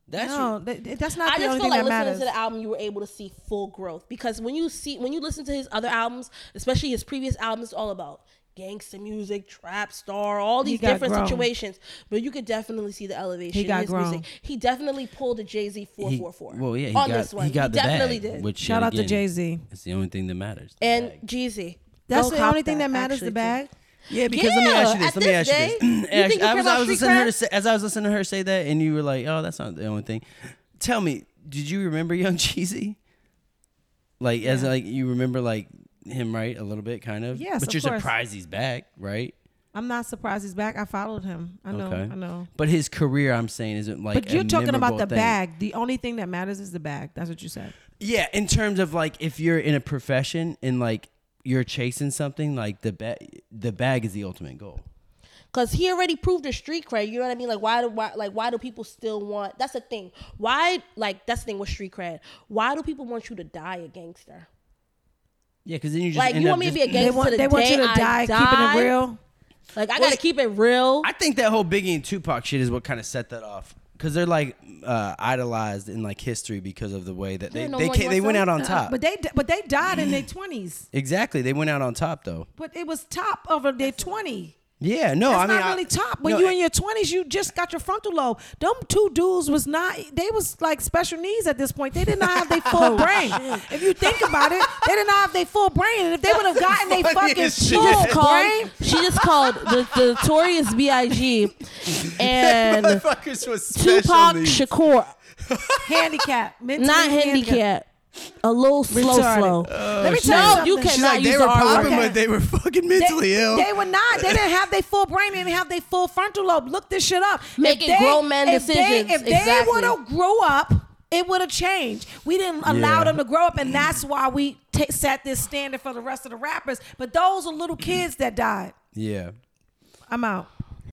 S5: That's
S1: No, that- that- that's not
S3: I
S1: the
S3: just
S1: only thing
S3: feel like
S1: that
S3: listening
S1: matters.
S3: to the album, you were able to see full growth because when you see when you listen to his other albums, especially his previous albums, it's all about gangster music, trap star, all these
S1: got
S3: different
S1: grown.
S3: situations. But you could definitely see the elevation.
S1: He got
S3: in his
S1: grown.
S3: music. He definitely pulled a Jay Z four
S5: He-
S3: four four.
S5: Well, yeah, he
S3: on
S5: got,
S3: this one,
S5: he got the
S3: definitely
S5: bag,
S3: did.
S5: Which
S1: Shout
S5: yet
S1: out to
S5: again,
S1: Jay Z.
S5: It's the only thing that matters.
S3: and Jeezy.
S1: That's
S3: Go
S1: the
S3: cop
S1: only thing that matters. the
S3: actually,
S1: bag.
S3: too.
S5: Yeah, because let me ask you this.
S3: Yeah, at
S5: Let me ask you
S3: this day, you
S5: this.
S3: think you
S2: I
S3: care
S2: was,
S3: about
S2: I was
S3: street
S2: listening to her
S3: cred?
S2: say, as I was listening to her say that, and you were like, "Oh, that's not the only thing." Tell me, did you remember Young Cheesy? Like, as like you remember like him, right? A little bit, kind of.
S1: Yes, of
S2: But you're
S1: course.
S2: surprised he's back, right?
S1: I'm not surprised he's back. I followed him. I know. I know.
S2: But his career, I'm saying, isn't like.
S1: But you're
S2: a
S1: talking about
S2: memorable
S1: the
S2: thing.
S1: bag. The only thing that matters is the bag. That's what you said.
S2: Yeah, in terms of like if you're in a profession and like you're chasing something, like the ba- the bag is the ultimate goal.
S3: Cause he already proved a street cred. You know what I mean? Like why do why like why do people still want? That's the thing. Why like that's the thing with street cred. Why do people want you to die a gangster?
S2: Yeah, because then you just
S3: Like
S2: end
S3: you
S2: up
S3: want me to
S2: just-
S3: be a gangster
S1: They want
S3: to the
S1: they want
S3: day
S1: you to die,
S3: I
S1: keeping it real.
S3: Like I gotta keep it real.
S2: I think that whole Biggie and Tupac shit is what kind of set that off because they're like uh, idolized in like history because of the way that they
S3: Yeah, no
S2: they
S3: one
S2: ca- they
S3: wants
S2: went
S3: them.
S2: out on top.
S1: Uh, But they but they died in their twenties.
S2: exactly, they went out on top though.
S1: But it was top over their twenty.
S2: Yeah, no,
S1: That's
S2: Oh, I mean
S1: not
S2: I-
S1: really top. When
S2: no,
S1: you in your twenties, you just got your frontal lobe. Them two dudes was not. They was like special needs at this point. They did not have their full brain. If you think about it, they did not have their full brain. And if they would have gotten their fucking
S5: funniest
S1: full
S5: shit.
S1: brain,
S3: Called, she just called the, the notorious B.I.G. and
S5: Motherfuckers was special
S3: Tupac
S5: needs.
S3: Shakur,
S1: handicap, mentally
S3: not
S1: handicapped.
S3: handicapped, a little slow,
S1: Retarded. Uh,
S3: slow.
S1: Let me tell
S3: No,
S1: you
S3: you
S1: something.
S5: She's
S3: cannot
S5: like,
S3: use
S5: they
S3: the
S5: were
S3: R word.
S5: popping, but they were fucking mentally
S1: they,
S5: ill.
S1: They were not. They didn't have their full brain. They didn't have their full frontal lobe. Look this shit up.
S3: Making
S1: If they-
S3: grown man
S1: if
S3: decisions.
S1: They, if they
S3: Exactly.
S1: would have grew up, it would have changed. We didn't allow
S2: Yeah.
S1: them to grow up, and that's why we ta set this standard for the rest of the rappers. But those are little kids that died.
S2: yeah.
S1: I'm out.